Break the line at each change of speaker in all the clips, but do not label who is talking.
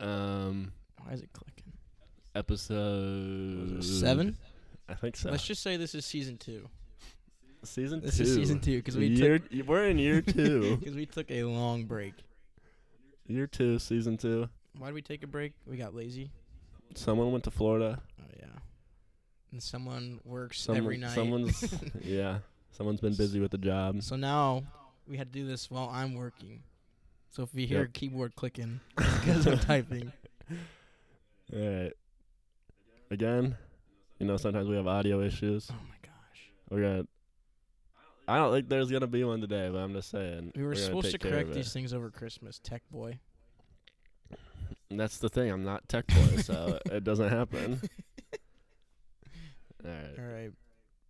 um, episode
Seven.
I think so.
Let's just say this is season two.
season
This
two.
is season two because we
year,
took
we're in year two.
because we took a long break.
year two, season two.
Why did we take a break? We got lazy.
Someone went to Florida.
Oh yeah. And someone works
Someone,
every night.
Someone's yeah. Someone's been busy with the job.
So now we had to do this while I'm working. So if you hear
Yep.
a keyboard clicking, because I'm typing.
All right. Again, you know sometimes we have audio issues.
Oh my gosh.
We're gonna. I don't think there's gonna be one today, but I'm just saying.
We were
we're gonna
supposed to
take care
correct
of
these
it.
things over Christmas, tech boy.
And that's the thing. I'm not tech boy, so it doesn't happen. All right.
All right.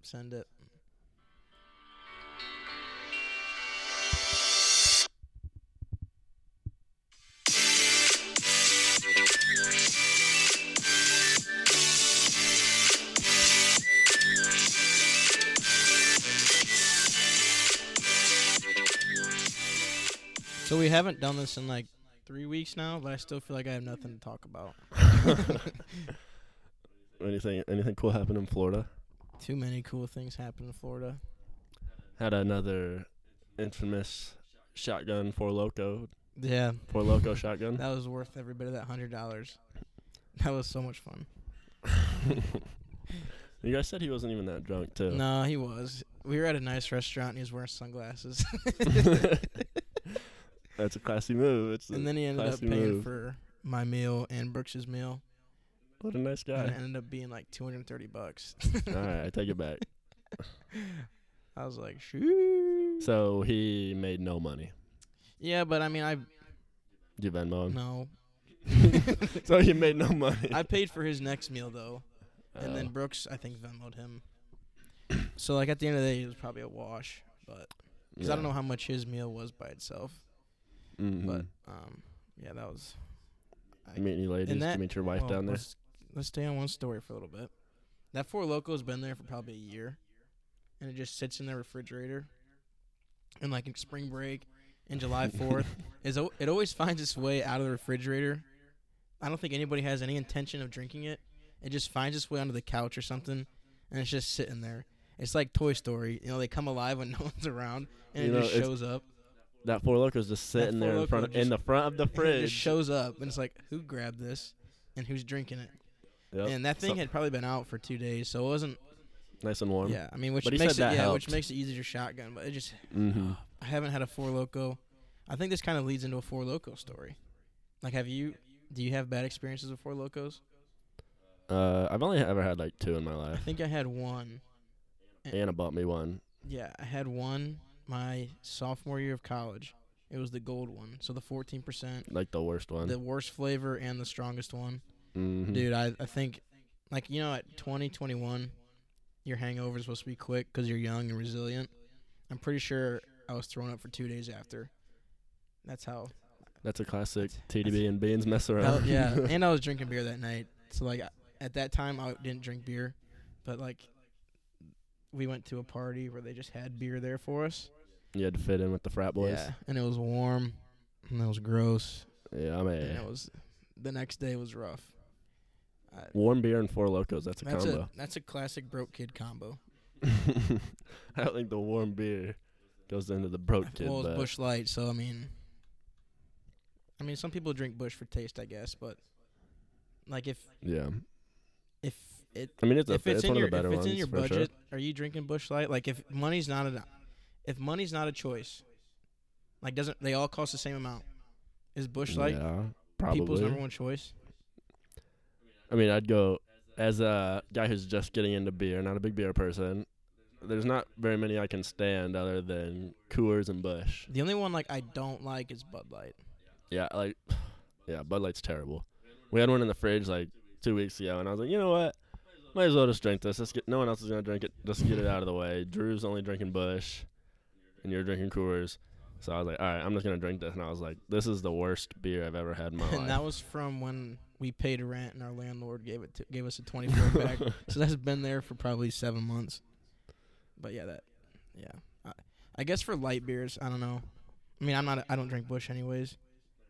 Send it. So we haven't done this in like three weeks now, but I still feel like I have nothing to talk about.
Anything? Anything cool happened in Florida?
Too many cool things happen in Florida.
had another infamous shotgun for loco
Yeah,
for loco shotgun
that was worth every bit of that hundred dollars. That was so much fun.
you guys said he wasn't even that drunk too
No, he was. We were at a nice restaurant. and He was wearing sunglasses,
that's a classy move it's
and then he ended up
classy
paying
move.
for my meal and Brooks's meal,
what a nice
and it
guy
ended up being like two hundred and thirty bucks.
all right i take it back
I was like, shoot.
so he made no money
Yeah, but I mean, I
Did you venmo him
no.
so he made no money
I paid for his next meal though, and then
Oh.
Brooks, I think, Venmoed him. So like at the end of the day, it was probably a wash, but because I don't
Yeah.
know how much his meal was by itself.
Mhm.
but um, yeah, that was. I-
meet any ladies
and
to
that-
meet your wife
well,
down there
Let's, let's stay on one story for a little bit. That Four Loco has been there for probably a year, and it just sits in their refrigerator. And like in spring break, in July Fourth, is al- it always finds its way out of the refrigerator? I don't think anybody has any intention of drinking it. It just finds its way onto the couch or something, and it's just sitting there. It's like Toy Story, you know, they come alive when no one's around, and
You
it
know,
just
it's-
shows up.
that four loco's just
That
sitting
Four
there in
Loko
front in
just-
the front of the
And It
fridge
just shows up, and it's like, who grabbed this, and who's drinking it?
Yep.
And that thing
So-
had probably been out for two days, so it wasn't.
nice and warm
Yeah, I mean, which
But he
makes it
said
yeah,
that
which
helped.
makes it easier shotgun. But it just,
mm-hmm.
I haven't had a four loco. I think this kind of leads into a four loco story. Like, have you? Do you have bad experiences with four locos?
Uh, I've only ever had like two in my
I
life.
think I had one.
Anna bought me one.
Yeah, I had one my sophomore year of college. It was the gold one, so the fourteen percent,
like the worst one.
the worst flavor and the strongest one.
Mhm.
Dude, I, I think, like, you know, at 2021, 21, your hangover is supposed to be quick because you're young and resilient. I'm pretty sure I was thrown up for two days after. That's how.
that's a classic TDB and beans mess around.
Oh, yeah. And uh, I was drinking beer that night. So, like, at that time, I didn't drink beer. But, like, we went to a party where they just had beer there for us.
you had to fit in with the frat boys.
Yeah. And it was warm. And it was gross.
Yeah, I mean,
And it was, the next day was rough. I,
warm beer and four locos. That's a
that's, a,
combo.
that's a classic broke kid combo.
I I don't think the warm beer goes into the broke kid.
well, it's
but
Bush Light, so I mean, I mean, some people drink Bush for taste, I guess, but like if
Yeah,
if it
I mean it's a,
if it's, in
one
your
of the
if
better
it's
ones
in your
for
budget, are you drinking Bush Light? Like if money's not a if money's not a choice, like doesn't they all cost the same amount? Is Bush
sure.
Light
yeah, probably.
people's number one choice?
I mean, I'd go as a guy who's just getting into beer, not a big beer person. There's not very many I can stand other than Coors and Bush.
The only one like I don't like is Bud Light.
Yeah, like, yeah, Bud Light's terrible. We had one in the fridge like two weeks ago, and I was like, you know what? Might as well just drink this. Let's get no one else is gonna drink it. Just get it out of the way. Drew's only drinking Bush, and you're drinking Coors. So I was like, all right, I'm just gonna drink this. And I was like, this is the worst beer I've ever had in my
and that
life.
was from when we paid rent and our landlord gave it to, gave us a 24 pack. so that's been there for probably seven months. But yeah, that, yeah. I, I guess for light beers, I don't know. I mean, I'm not. I don't drink Bush anyways.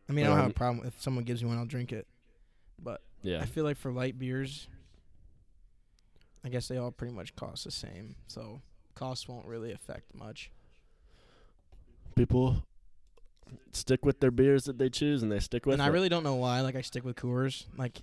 I mean, I don't have a
Um,
problem if someone gives me one, I'll drink it. But
Yeah.
I feel like for light beers, I guess they all pretty much cost the same, so costs won't really affect much.
People stick with their beers that they choose and they stick with
and I
it.
really don't know why. Like I stick with Coors. Like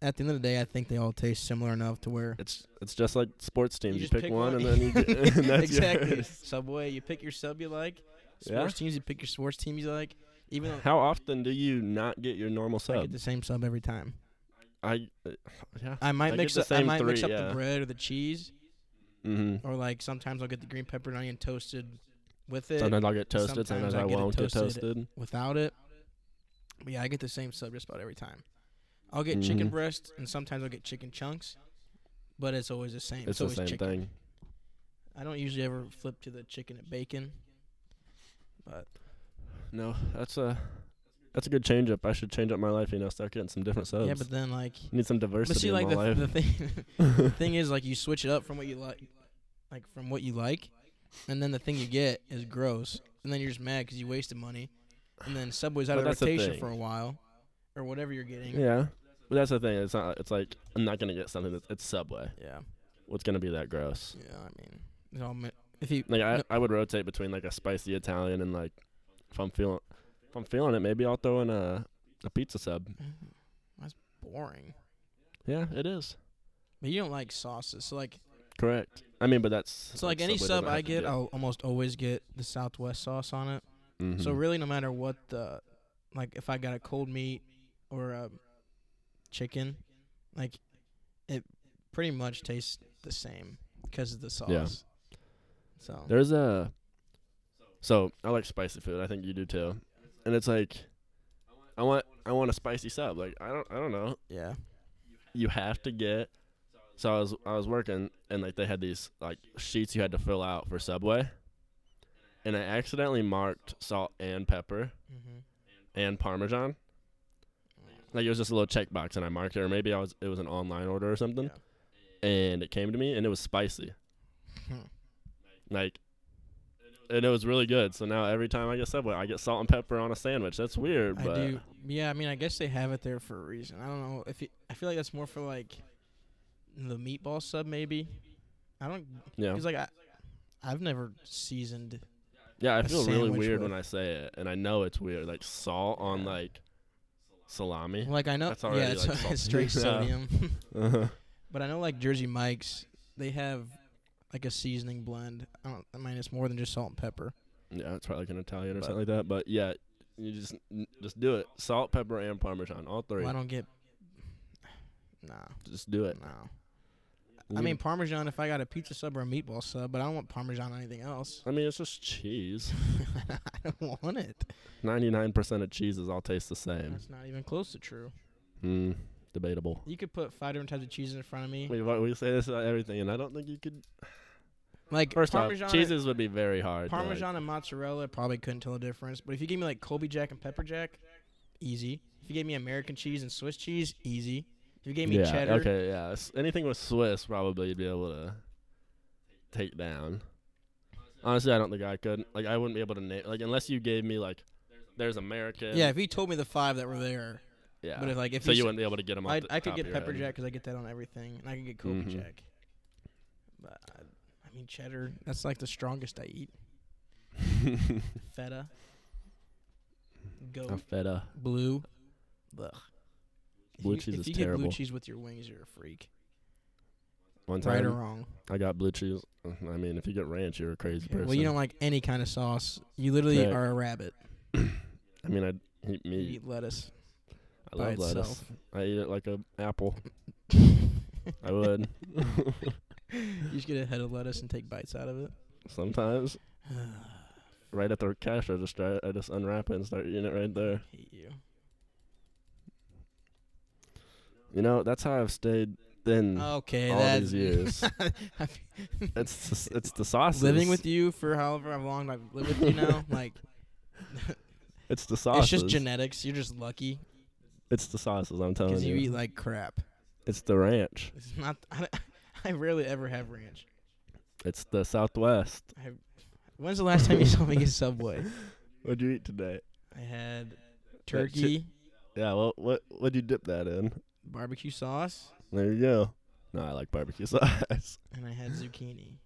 at the end of the day, I think they all taste similar enough to where
it's it's just like sports teams. You,
just
pick, one, and then you get and that's
exactly
yours.
Subway. You pick your sub you like.
Yeah.
Sports teams. You pick your sports teams you like. Even though
How often do you not get your normal
I
sub?
get the same sub every time.
I, uh, yeah.
I might
I get
mix
the
up. I
same
might mix up
three,
the
yeah.
bread or the cheese,
Mm-hmm.
or like sometimes I'll get the green pepper and onion toasted with it.
Sometimes I'll get toasted.
sometimes
Sometimes,
I
I,
get it
won't get
toasted.
toasted.
without it. But yeah, I get the same sub just about every time. I'll get chicken
Mhm.
breast and sometimes I'll get chicken chunks, but it's always the same.
It's, the
always
same
chicken.
thing.
I don't usually ever flip to the chicken and bacon. But
No, that's a that's a good change up. I should change up my life. You know, start getting some different subs.
yeah, but then like,
need some diversity
but see, like
in
the,
my
the
life.
thing, thing is like you switch it up from what you like, like from what you like, and then the thing you get is gross, and then you're just mad because you wasted money, and then Subway's out
But
of
that's the
rotation
thing.
for a while, or whatever you're getting.
yeah, but that's the thing. It's not. It's like I'm not gonna get something that's it's Subway.
yeah,
What's gonna be that gross?
yeah. I mean, it all ma- if you
Like I,
No.
I would rotate between like a spicy Italian and like if I'm feeling if I'm feeling it, maybe I'll throw in a a pizza sub.
That's boring.
Yeah, it is
But you don't like sauces, so like
correct. I mean, but that's
so like any
Subway
sub
doesn't have
I
to
get,
do-
I'll almost always get the Southwest sauce on it. So
Mhm.
really, no matter what the like, if I got a cold meat or a chicken, like it pretty much tastes the same because of the sauce.
Yeah.
So
There's a so I like spicy food. I think you do too. And it's like I want I want a spicy sub. Like I don't I don't know.
yeah,
You have to get. So I was I was working and like they had these like sheets you had to fill out for Subway, and I accidentally marked salt and pepper
mm-hmm.
and Parmesan. Like it was just a little checkbox and I marked it, or maybe I was it was an online order or something, and it came to me and it was spicy. Like, and it was really good. So now every time I get Subway, I get salt and pepper on a sandwich. That's weird,
I
but
do. Yeah, I mean, I guess they have it there for a reason. I don't know if it, I feel like that's more for like the meatball sub, maybe. I don't
yeah,
He's like, I, I've never seasoned.
yeah. I
a
feel really
sandwich
weird
with-
when I say it, and I know it's weird. Like salt on
Yeah.
like salami.
Like I know,
That's
yeah,
already,
it's,
like,
it's
salty.
straight
Yeah.
sodium.
Uh-huh.
but I know, like Jersey Mike's, they have like a seasoning blend. I don't. I mean, it's more than just salt and pepper.
Yeah, it's probably like an Italian or
But-
something like that. But yeah, you just just do it. Salt, pepper, and parmesan. All three.
Well, I don't get. No,
Just do it.
no. I mean Parmesan if I got a pizza sub or a meatball sub, but I don't want Parmesan on anything else.
I mean, it's just cheese.
I don't want it.
Ninety-nine percent of cheeses all taste the same.
That's not even close to true.
Mm, debatable.
You could put five different types of cheese in front of me.
We we say this about everything, and I don't think you could
Like
First
Parmesan,
off, cheeses would be very hard. to, like-
Parmesan and mozzarella, probably couldn't tell the difference. But if you gave me like Colby Jack and Pepper Jack, easy. If you gave me American cheese and Swiss cheese, easy. If you gave me
yeah.
cheddar,
Okay. Yeah. S- Anything with Swiss, probably you'd be able to take down. Honestly, I don't think I could. Like, I wouldn't be able to name. Like, unless you gave me like, there's American.
yeah. If you told me the five that were there,
Yeah.
but if like if
so
you,
you
s-
wouldn't be able to get them.
I, I could get Pepper Jack because I get that on everything, and I can get Colby
Mhm.
Jack. But I, I mean cheddar, that's like the strongest I eat. Feta,
A Oh,
goat,
feta.
blue. Ugh. If
Blue
you,
cheese
if
is
you get
terrible.
blue cheese with your wings, you're a freak.
One
Right
time,
or wrong.
I got blue cheese. I mean, if you get ranch, you're a crazy person.
Well, you don't like any kind of sauce. You literally
Correct.
are a rabbit.
I mean, I eat
You
meat.
eat lettuce.
I
by
love lettuce.
itself.
I eat it like a apple. I would
You just get a head of lettuce and take bites out of it.
sometimes.
I
right at the cash register, I, I just unwrap it and start eating it right there.
hate you.
You know, that's how I've stayed thin
Okay,
Mm. all
that's
these years.
I mean,
it's just- it's the sauces.
living with you for however long I've lived with you now. Like
It's the sauces.
it's just genetics. You're just lucky
It's the sauces. I'm telling
because
you.
you eat like crap.
it's the ranch.
It's not. I, I rarely ever have ranch.
It's the Southwest.
I, when's the last time you saw me get Subway?
What'd you eat today?
I had turkey.
Yeah. Well, what what'd you dip that in?
Barbecue sauce,
There you go. No, I like barbecue sauce.
and I had zucchini.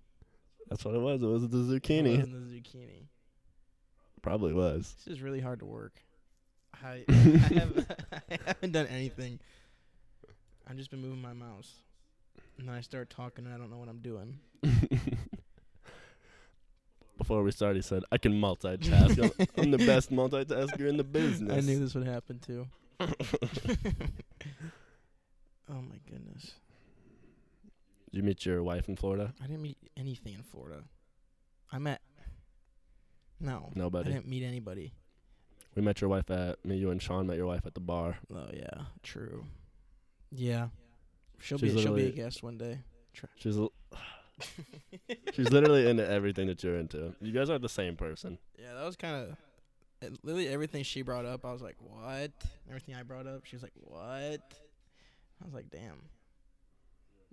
That's what it was. It was the
It
zucchini.
wasn't the zucchini.
Probably was.
This is really hard to work. I, I, have, I haven't done anything. I've just been moving my mouse, and then I start talking, and I don't know what I'm doing.
Before we started, he said, "I can multitask. I'm, I'm the best multitasker in the business."
I knew this would happen too. oh my goodness!
Did you meet your wife in Florida?
I didn't meet anything in Florida. I met no. I
Nobody.
didn't meet anybody.
We met your wife at me, you and Sean met your wife at the bar.
Oh yeah, true. Yeah, she'll
She's
be she'll be a
literally-
guest one day.
She's l- she's literally into everything that you're into. You guys are the same person.
Yeah, that was kind of literally everything she brought up. I was like, "What?" Everything I brought up, she was like, "What?" I was like, "Damn."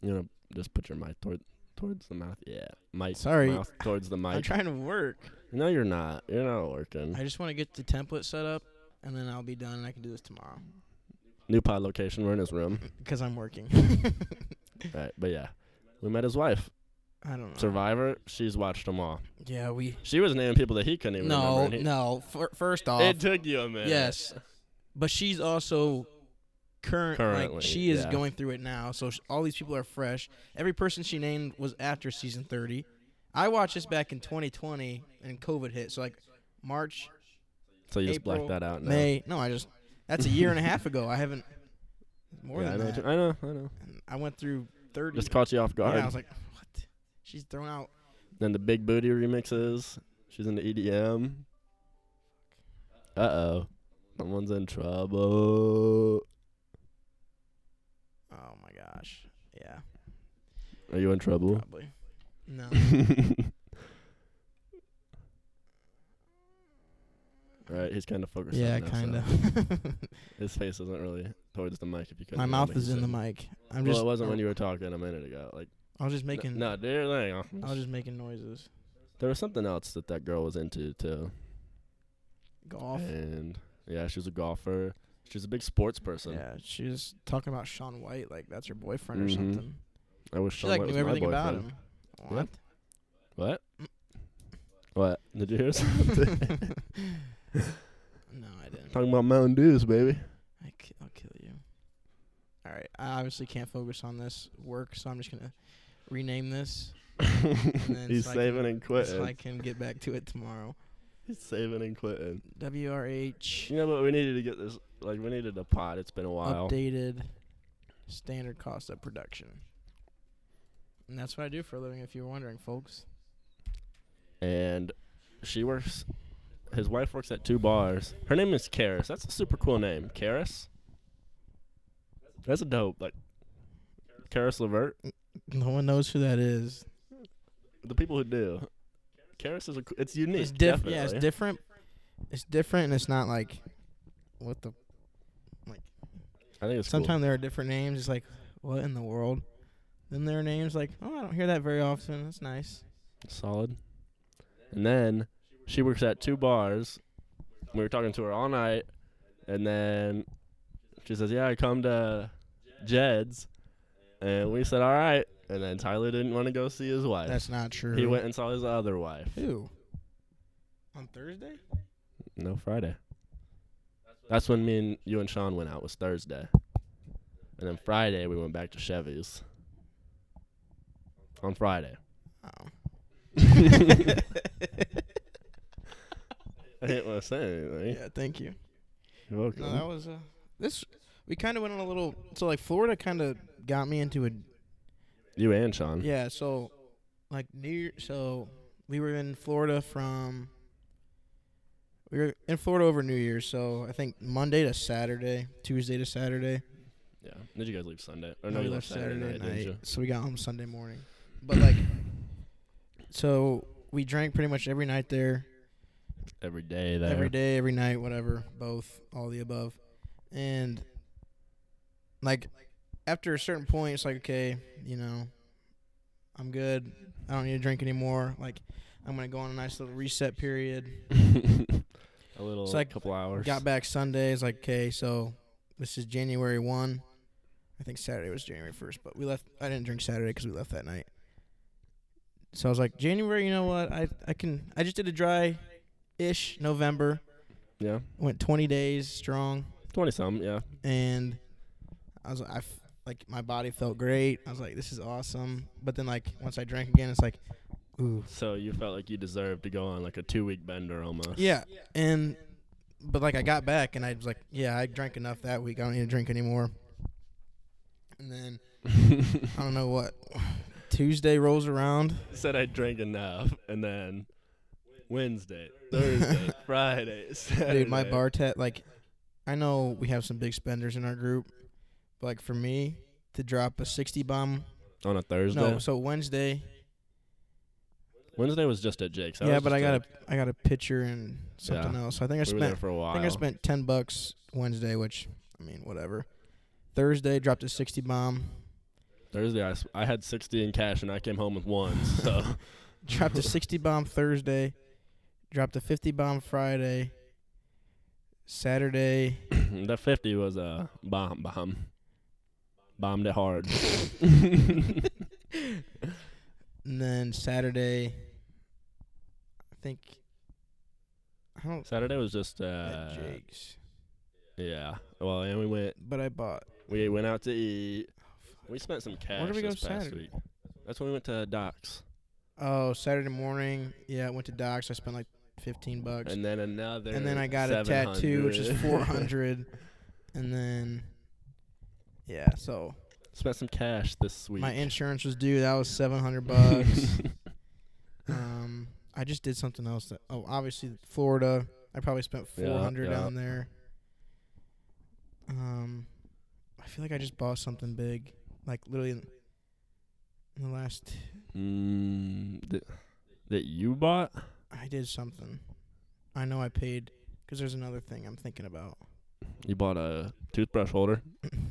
You know, just put your mic toward towards the mouth. Yeah, mic.
Sorry.
mouth towards the
I'm
mic.
trying to work.
no, you're not. You're not working.
I just want to get the template set up, and then I'll be done, and I can do this tomorrow
New pod location. We're in his room.
because I'm working.
All right, but yeah, we met his wife.
I don't know.
Survivor. She's watched them all.
Yeah, we.
She was naming people that he couldn't even
No,
remember. and he-
no. Fir first off,
It took you a minute.
Yes, but she's also current.
Currently,
like she is
yeah.
going through it now, so sh- all these people are fresh. Every person she named was after season thirty. I watched this back in 2020, and COVID hit. So like March,
So you just
April,
blacked that out. Now.
May. No, I just that's a year and a half ago. I haven't more
Yeah, I
than
know.
I
what you-
that.
I know. I know.
And I went through 30.
Just caught you off
yeah,
guard.
I was like, what? She's thrown out.
Then the Big Booty remixes. She's into E EDM. Uh oh. Someone's in trouble.
Oh my gosh. Yeah,
Are you in trouble?
probably. No.
Alright, he's kind of focused.
yeah,
right now, so
kind of.
His face isn't really towards the mic if you could.
My mouth is in the mic. I'm
well,
just.
it wasn't
I'm-
when you were talking a minute ago. Like
I was just making.
No, dear thing.
I was just making noises.
There was something else that that girl was into too,
Golf.
and yeah, she was a golfer. She was a big sports person.
Yeah, she was talking about Sean White like that's her boyfriend
Mhm.
or something.
I wish
She
Sean
like
White
knew
was my
everything about
boyfriend.
him. Mm. What?
What? What? Did you hear something?
no, I didn't.
Talking about Mountain Dews, baby.
I ki- I'll kill you. All right, I obviously can't focus on this work, so I'm just gonna rename this then
He's
so I can-
saving and quitting.
so I can get back to it tomorrow.
He's saving and quitting.
WRH
You know, but we needed to get this. Like, we needed a pot. It's been a while.
updated standard cost of production, and that's what I do for a living. If you were wondering, folks.
And she works. His wife works at two bars. Her name is Karis. That's a super cool name, Karis. That's a dope. Like, Karis Levert.
No one knows who that is.
The people who do. Karis is a. c- It's unique.
It's different.
definitely.
Yeah, it's different. It's different, and it's not like what the.
I think it's cool.
Sometimes there are different names. It's like what in the world? Then there are names like oh, I don't hear that very often. That's nice.
Solid. And then she works at two bars. We were talking to her all night, and then she says, "Yeah, I come to Jed's," and we said, "All right." And then Tyler didn't want to go see his wife.
That's not true.
He went and saw his other wife.
who? On Thursday.
No Friday. That's when me and you and Sean went out. Was Thursday, and then Friday we went back to Chevy's. On Friday,
Oh.
I didn't want to say anything.
yeah. Thank you.
eh? You're welcome.
No, that was uh, this. We kind of went on a little. So like Florida kind of got me into a
you and Sean.
Yeah, so like New Year, so we were in Florida from we were in Florida over New Year's, so I think Monday to Saturday, Tuesday to Saturday.
Yeah. Did you guys leave Sunday? Or
and
no,
we
you
left
left Saturday, night, didn't you?
so we got home Sunday morning. But like, so we drank pretty much every night there,
Every day there.
every day, every night, whatever, both, all the above, and like after a certain point, it's like okay, you know, I'm good. I don't need to drink anymore. Like, I'm gonna go on a nice little reset period.
a little
So, like,
couple hours.
Got back Sunday. It's like, okay, so This is January 1. I think Saturday was January 1st, but we left. I didn't drink Saturday because we left that night. So I was like, January, you know what? I, I can. I just did a dry ish November.
Yeah,
Went 20 days strong.
twenty some. Yeah,
And I was like, I f- like, my body felt great. I was like, this is awesome. But then, like, once I drank again, it's like, ooh.
so you felt like you deserved to go on like a two week bender almost.
Yeah. And, but like, I got back and I was like, yeah, I drank enough that week. I don't need to drink anymore. And then I don't know what. Tuesday rolls around.
Said I drank enough, and then Wednesday, Thursday, Friday, Saturday.
Dude, my bar tat like I know we have some big spenders in our group, but like for me to drop a 60 bomb.
on a Thursday.
No, so Wednesday.
Wednesday was just at Jake's.
yeah, but I got a I got a pitcher and something
Yeah.
else. So I think I
We were there
spent
for a
I
while.
think I spent 10 bucks Wednesday, which I mean, whatever. Thursday dropped a 60 bomb.
Thursday, I, s- I had sixty in cash, and I came home with one. So
Dropped a 60 bomb Thursday. Dropped a 50 bomb Friday. Saturday.
the fifty was a bomb, bomb, bombed it hard.
And then Saturday, I think I don't
Saturday was just uh,
at Jake's,
yeah. Well, and we went
but I bought.
we went out to eat. We spent some cash
Oh, Where did we go
this past
Saturday?
week. That's when we went to Doc's.
Oh, Saturday morning. Yeah, I went to Doc's. I spent like fifteen bucks,
And
and,
then another.
then I got a tattoo, which is
700.
four hundred, and then yeah. So
Spent some cash this week.
my insurance was due. That was seven hundred bucks. um, I just did something else. That, oh, obviously Florida. I probably spent
Yeah,
four hundred
yeah.
down there. Um, I feel like I just bought something big, like literally in, in the last.
mm, th- that you bought?
I did something. I know I paid because there's another thing I'm thinking about.
You bought a toothbrush holder.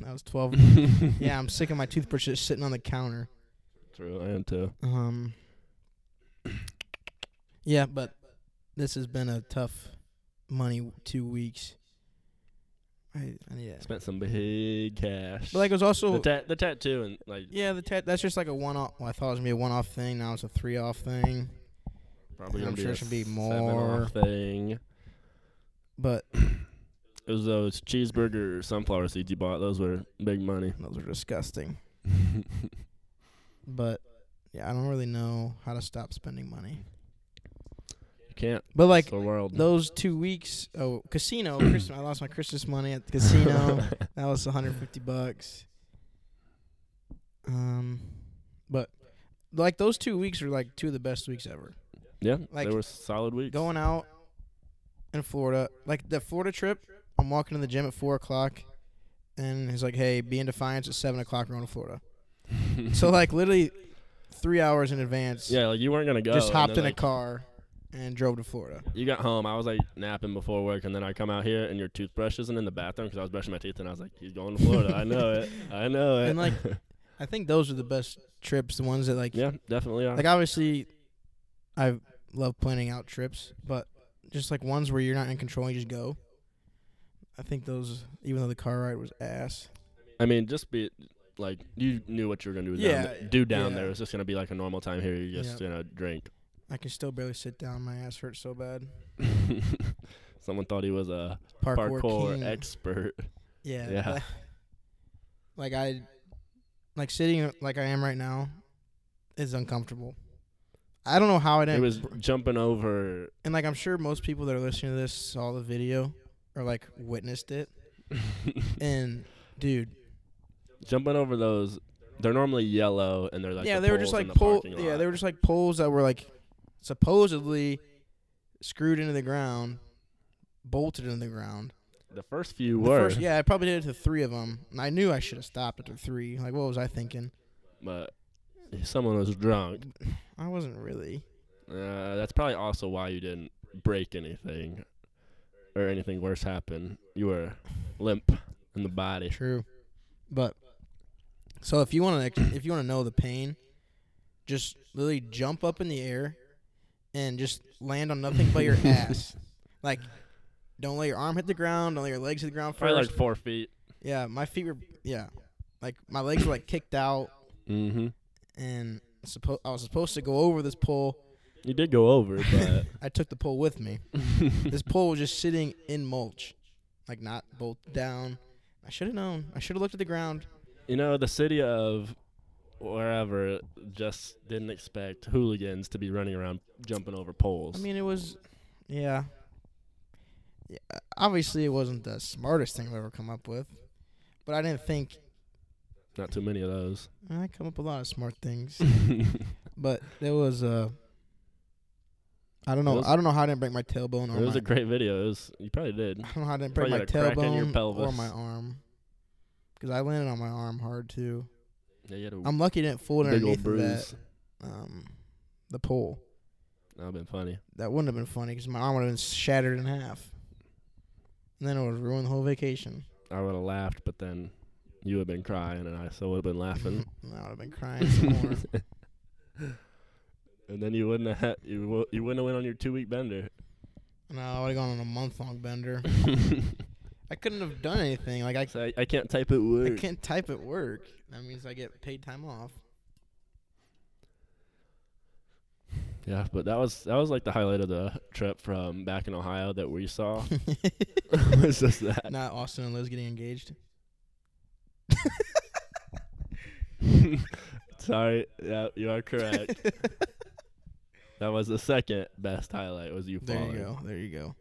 I was twelve. yeah, I'm sick of my toothbrush just sitting on the counter.
True, I am too.
Um. Yeah, but this has been a tough money w- two weeks. I, I yeah.
Spent some big cash.
But like it was
the
also
ta- the tattoo and like
yeah the tat that's just like a one off. Well, I thought it was gonna be a one off thing. Now it's a three off thing.
probably
I'm
gonna
sure
be, a
it should be
seven
more.
off thing.
But
It was those cheeseburger sunflower seeds you bought. Those were big money.
those are disgusting. But yeah, I don't really know how to stop spending money.
you can't.
But like
It's the world.
those two weeks, oh casino, Christmas, I lost my Christmas money at the casino. That was 150 bucks. Um, but like those two weeks were like two of the best weeks ever.
yeah,
like,
they were solid weeks.
Going out in Florida, like the Florida trip, I'm walking to the gym at four o'clock, and he's like, "Hey, be in Defiance at seven o'clock. We're going to Florida." so like literally three hours in advance,
yeah, like you weren't gonna go.
just
and
hopped
then,
in
like,
a car and drove to Florida.
You got home. I was like napping before work, and then I come out here, and your toothbrush isn't in the bathroom because I was brushing my teeth, and I was like, "He's going to Florida. I know it. I know it."
And like, I think those are the best trips. The ones that like
yeah, definitely. Are.
like obviously I love planning out trips, but just like ones where you're not in control, you just go. I think those, even though the car ride was ass,
I mean, just be like you knew what you were gonna do.
Yeah,
down there, do down
yeah.
there. It's just gonna be like a normal time here. You just
Yeah.
you know drink.
I can still barely sit down. My ass hurts so bad.
Someone thought he was a
Parkour,
parkour,
king.
expert.
yeah,
yeah.
that- like I, like sitting like I am right now, is uncomfortable. I don't know how I
He
didn't.
was jumping over.
and like I'm sure most people that are listening to this saw the video or like witnessed it. And dude,
jumping over those. They're normally yellow, and they're like
yeah,
the
they were just
poles in
like
the
pole.
parking
Yeah,
lot.
they were just like poles that were like supposedly screwed into the ground, bolted into the ground.
The first few
The
were,
first- yeah, I probably did it to three of them, and I knew I should have stopped at the three. Like, what was I thinking?
but someone was drunk.
I wasn't really.
Uh, that's probably also why you didn't break anything, or anything worse happen. You were limp in the body.
True, but so if you want to, if you want to know the pain, just literally jump up in the air and just land on nothing but your ass. Like, don't let your arm hit the ground. Don't let your legs hit the ground
Probably
first.
like four feet.
Yeah, my feet were yeah, like my legs were like kicked out,
Mm-hmm.
and suppo- I was supposed to go over this pole.
You did go over, but
I took the pole with me. This pole was just sitting in mulch, like not bolted down. I should have known. I should have looked at the ground.
you know the city of wherever just didn't expect hooligans to be running around jumping over poles.
I mean, it was, yeah. yeah. Obviously, it wasn't the smartest thing I've ever come up with, but I didn't think "Eh,
not too many of those.
I come up with a lot of smart things. But there was a. I don't know.
It was-
I don't know how I didn't break my tailbone or
it was
my.
a great video. It was, you probably did.
I don't know how I didn't break my
Probably got a crack in your
tailbone or
pelvis.
my arm. Because I landed on my arm hard too.
Yeah, you had a
I'm lucky it didn't fold
big old
underneath of that.
bruise.
Um, the pole.
That would have been funny.
That wouldn't have been funny because my arm would have been shattered in half. And then it would ruin the whole vacation.
I would have laughed, but then you would have been crying, and I still would have been laughing.
And I would have been crying some more.
and then you wouldn't have had, you, w- you wouldn't have went on your two week bender.
No, I would have gone on a month long bender. I couldn't have done anything. Like I,
so I, I can't type it word.
I can't type at work. That means I get paid time off.
Yeah, but that was that was like the highlight of the trip from back in Ohio that we saw. was just that.
Not Austin and Liz getting engaged.
Sorry, yeah, you are correct. that was the second best highlight. Was you
There
falling?
you go. There you go.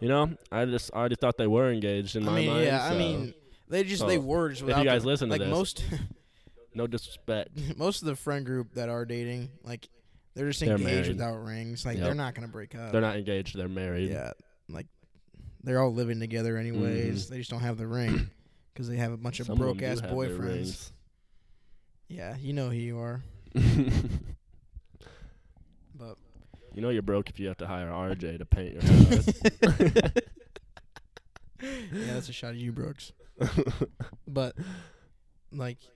You know, I just I already thought they were engaged in
I
my
mean,
mind.
yeah. I
so
mean, they just they
so
were just
if you
without
guys
the-
listen to
like
this-
most
no disrespect.
most of the friend group that are dating, like they're just
They're married.
engaged without rings. Like
Yep.
they're not gonna break up.
They're not engaged. They're married.
Yeah. Like they're all living together anyways. They just don't have the ring because they have a bunch of
Mm-hmm. Some
broke
of them
ass
do have their
boyfriends.
rings.
Yeah, you know who you are. But
you know you're broke if you have to hire RJ to paint your house.
yeah, that's a shot at you, Brooks. but like,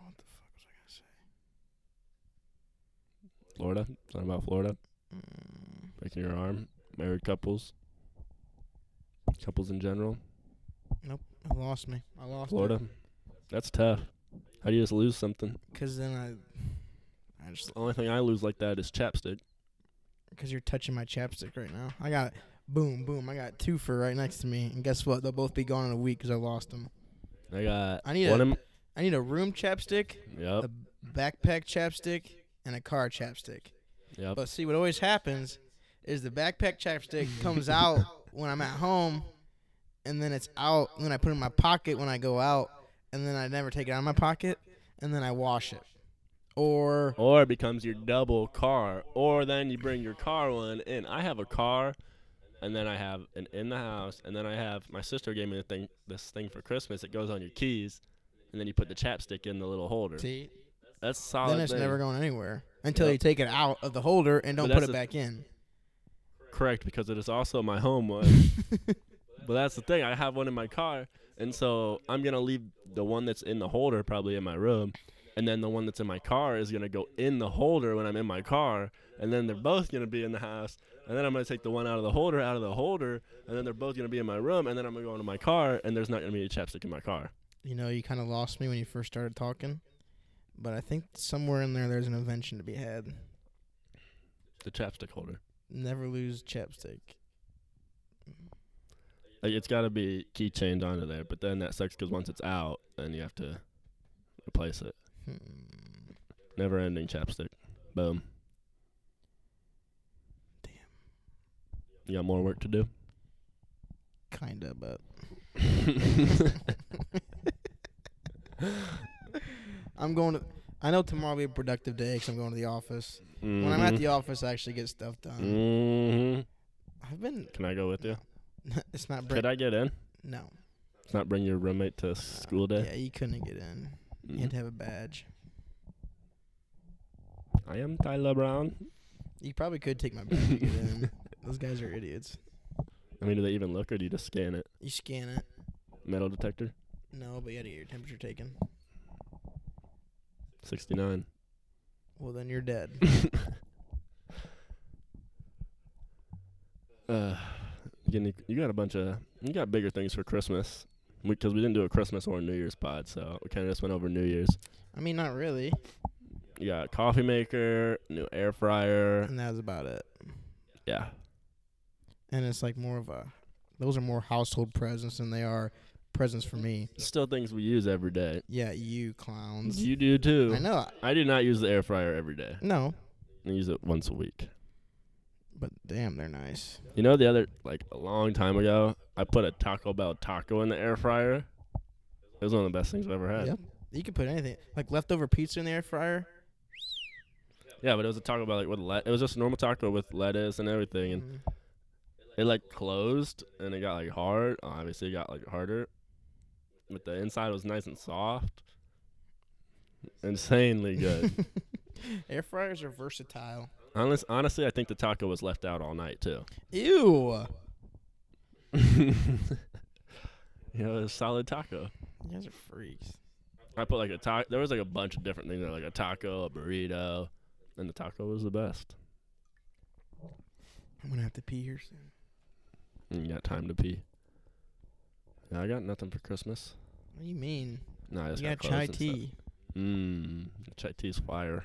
what the fuck was
Florida, talking about Florida,
I gonna say? Mm,
breaking your arm. Married couples, couples in general.
Mm, I lost me. I lost
Florida. That's tough. How do you just lose something?
Because then I, I just
The only thing I lose like that is chapstick.
because you're touching my chapstick right now. I got boom, boom. I got two for right next to me, and guess what? They'll both be gone in a week because I lost them.
I got
I need
one
a-
in-
I need a room chapstick,
yep,
a backpack chapstick, and a car chapstick.
yep.
But see, what always happens is the backpack chapstick comes out when I'm at home, and then it's out. And then I put it in my pocket when I go out, and then I never take it out of my pocket, and then I wash it. Or
or it becomes your double car, or then you bring your car one in. I have a car, and then I have an in the house, and then I have my sister gave me the thing, this thing for Christmas. It goes on your keys, and then you put the chapstick in the little holder.
see,
That's solid.
then it's
thing.
never going anywhere until
Yep.
you take it out of the holder and don't
But
put
that's the-
it back in.
correct because it is also my home one. but that's the thing, I have one in my car, and so I'm gonna leave the one that's in the holder probably in my room, and then the one that's in my car is gonna go in the holder when I'm in my car, and then they're both gonna be in the house, and then I'm gonna take the one out of the holder out of the holder, and then they're both gonna be in my room, and then I'm gonna go into my car, and there's not gonna be a chapstick in my car.
You know, you kind of lost me when you first started talking, but I think somewhere in there there's an invention to be had.
The chapstick holder.
Never lose chapstick.
Like it's gotta be keychained onto there, but then that sucks because once it's out, then you have to replace it.
Hmm.
Never ending chapstick. Boom.
Damn.
You got more work to do?
Kinda, but I'm going to. I know tomorrow will be a productive day 'cause I'm going to the office. When I'm at
Mm-hmm.
the office, I actually get stuff done.
hmm
I've been.
Can I go with you?
It's not break.
Could I get in?
No.
Let's not bring your roommate to school day. Mm-hmm.
Yeah, you couldn't get in. You had to have a badge.
I am Tyler Brown.
You probably could take my badge to get in. Those guys are idiots.
I mean, do they even look or do you just scan it?
You scan it.
Metal detector?
No, but you had to get your temperature taken.
69.
Well, then you're dead.
Uh, You, getting, you got a bunch of you got bigger things for Christmas because we, didn't do a Christmas or a New Year's pod, so we kind of just went over New Year's.
I mean, not really.
You got a coffee maker, new air fryer.
And that was about it.
Yeah,
And it's like more of a, those are more household presents than they are presents for me.
still things we use every day.
Yeah, you clowns.
You do too.
I know.
I do not use the air fryer every day.
No,
I use it once a week.
but damn, they're nice.
You know, the other like a long time ago, I put a Taco Bell taco in the air fryer. It was one of the best things I've ever had.
Yep. You can put anything like leftover pizza in the air fryer.
Yeah, but it was a Taco Bell like with let. It was just a normal taco with lettuce and everything, and
Mm.
it like closed and it got like hard. Obviously, it got like harder, but the inside was nice and soft. Insanely good.
air fryers are versatile.
Honest, honestly, I think the taco was left out all night too.
Ew.
you know, it was a solid taco.
You guys are freaks.
I put like a taco. There was like a bunch of different things, there, like a taco, a burrito, and the taco was the best.
I'm gonna have to pee here soon.
And you got time to pee. Yeah, I got nothing for Christmas.
What do you mean?
No, I just
You got
clothes
chai
and stuff.
tea.
Mmm, chai tea's fire.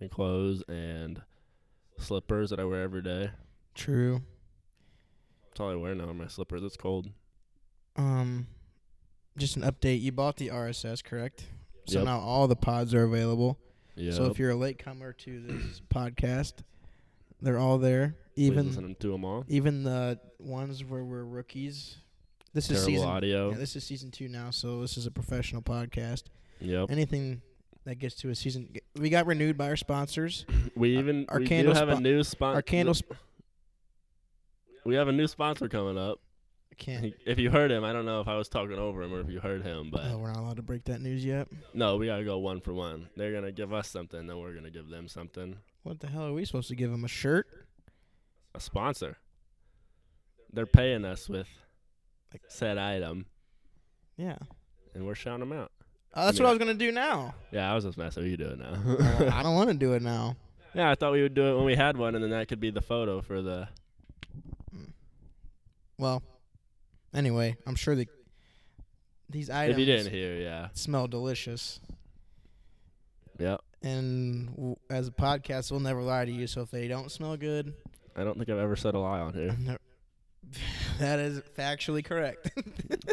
And clothes and slippers that I wear every day.
True.
That's all I wear now are my slippers. It's cold.
Um, just an update. You bought the RSS, correct? So
Yep.
now all the pods are available.
Yeah.
So if you're a latecomer to this podcast, they're all there. Even
listening to them all,
even the ones where we're rookies. This is
terrible
season.
audio.
Yeah, this is season two now, so this is a professional podcast.
yep.
Anything that gets to a season, we got renewed by our sponsors.
We even
our
we
candle
do have a
spo-
new sponsor.
Our candles
We have a new sponsor coming up.
can't.
If you heard him, I don't know if I was talking over him or if you heard him, but
Oh, we're not allowed to break that news yet.
no, we gotta go one for one. They're gonna give us something, then we're gonna give them something.
What the hell are we supposed to give them a shirt?
a sponsor. They're paying us with said item,
Yeah.
and we're shouting them out.
Oh, that's
I mean,
what I was gonna do now.
Yeah, I was just messing. with You do it now.
Well, Oh, I don't want to do it now.
yeah, I thought we would do it when we had one, and then that could be the photo for the.
Well, anyway, I'm sure the these items
If you didn't hear, yeah,
smell delicious.
Yep.
And w- as a podcast, we'll never lie to you. So if they don't smell good,
I don't think I've ever said a lie on here,
I'm never, that is factually correct.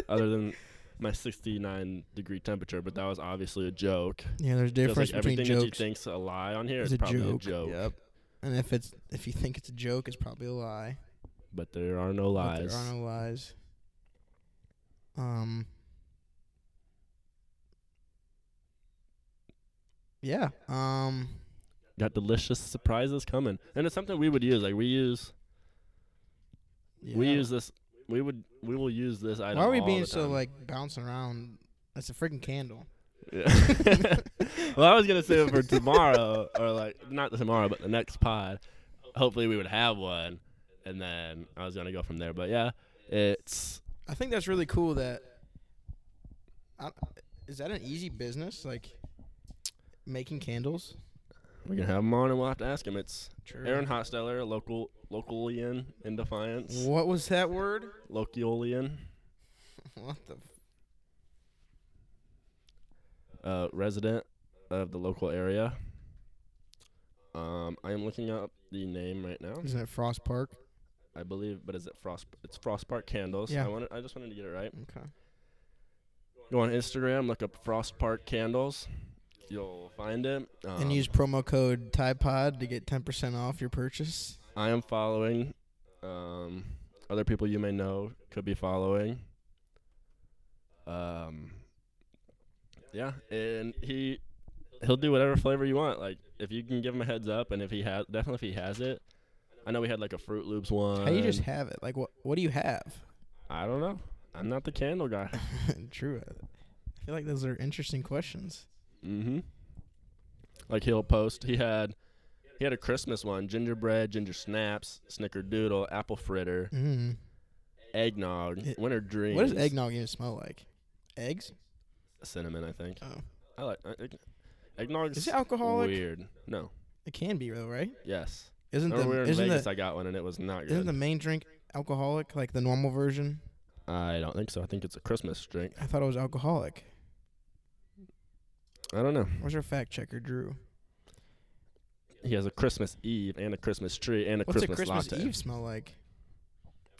other than my 69 degree temperature. But that was obviously a joke.
yeah, there's a
Feels
difference
like everything
between jokes.
that you think's a lie on here
It's
is
a
probably
joke.
a joke.
Yep. And if it's if you think it's a joke, it's probably a lie.
But there are no
But
lies.
there are no lies. Um. Yeah. Um.
Got delicious surprises coming, and it's something we would use. Like we use. We
yeah.
use this. We would. We will use this item.
Why are we
all
being
the
so
time.
like bouncing around? That's a freaking candle.
Yeah. well, I was gonna say for tomorrow, or like not tomorrow, but the next pod. Hopefully, we would have one, and then I was gonna go from there. But yeah, it's
I think that's really cool. That I, is that an easy business? Like making candles.
we can have him on, and we'll have to ask him. It's
True.
Aaron Hosteller, local localian in Defiance,
What was that word?
localian,
What the? F-
uh, resident of the local area. Um, I am looking up the name right now.
Isn't it Frost Park?
I believe, but is it Frost? It's Frost Park Candles.
Yeah.
I wanted, I just wanted to get it right.
Okay.
Go on Instagram, look up Frost Park Candles. You'll find it. Um,
and use promo code TIPOD to get ten percent off your purchase.
I am following. Um, other people you may know could be following. Um, yeah, and he he'll do whatever flavor you want. Like if you can give him a heads up, and if he has, definitely if he has it. I know we had like a Fruit Loops one.
How do you just have it? Like what? What do you have?
I don't know. I'm not the candle guy.
True. I feel like those are interesting questions.
Mm-hmm. Like he'll post. He had he had a Christmas one: gingerbread, ginger snaps, snickerdoodle, apple fritter,
Mm.
eggnog,
It-
winter dreams.
What does eggnog even smell like? Eggs?
Cinnamon, I think.
Oh.
I like I, egg, eggnog.
Is it alcoholic?
Weird. No.
It can be though, right?
Yes.
Isn't
Remember
the
we were in
isn't
Vegas.
the
I got one and it was not
isn't
good.
the main drink alcoholic, like the normal version?
I don't think so. I think it's a Christmas drink.
I thought it was alcoholic.
I don't know.
Where's our fact checker, Drew?
He has a Christmas Eve and a Christmas tree and a
What's
Christmas,
a Christmas
latte.
Eve smell like?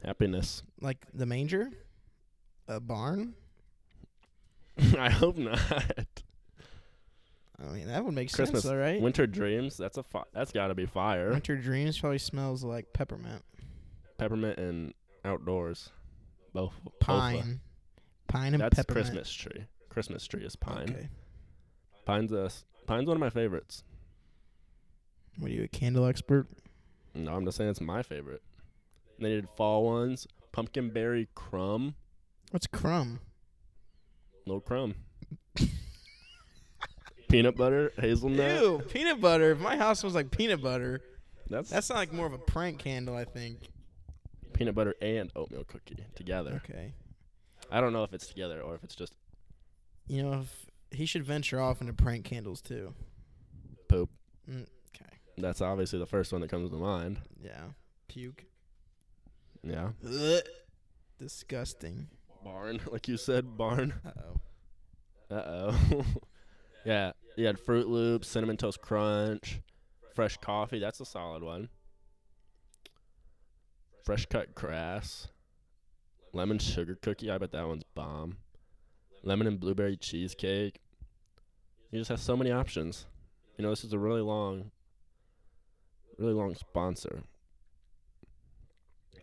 Happiness.
Like the manger? A barn?
I hope not.
I mean, that would make
Christmas-
sense, though, right?
Winter dreams. That's a fi- that's got to be fire.
Winter Dreams probably smells like peppermint,
Peppermint and outdoors. Both both are-
pine, pine and
That's
peppermint.
Christmas tree. Christmas tree is pine.
Okay.
Pine's a s- pine's one of my favorites.
What are you, a candle expert?
No, I'm just saying it's my favorite. And they did fall ones, pumpkin berry crumb,
What's crumb?
little crumb, peanut butter, hazelnut.
Ew, peanut butter. If my house was like peanut butter,
That's,
that's not like more of a prank candle, I think.
peanut butter and oatmeal cookie together.
Okay.
I don't know if it's together or if it's just
You know, if he should venture off into prank candles too.
poop.
Mm, okay.
That's obviously the first one that comes to mind.
Yeah. Puke.
Yeah,
Ugh. Disgusting.
barn, like you said, barn.
Uh oh.
Uh oh. yeah, you had Fruit Loops, Cinnamon Toast Crunch, fresh coffee. That's a solid one. Fresh cut grass, lemon sugar cookie. I bet that one's bomb. Lemon and blueberry cheesecake. You just have so many options. You know, this is a really long, really long sponsor.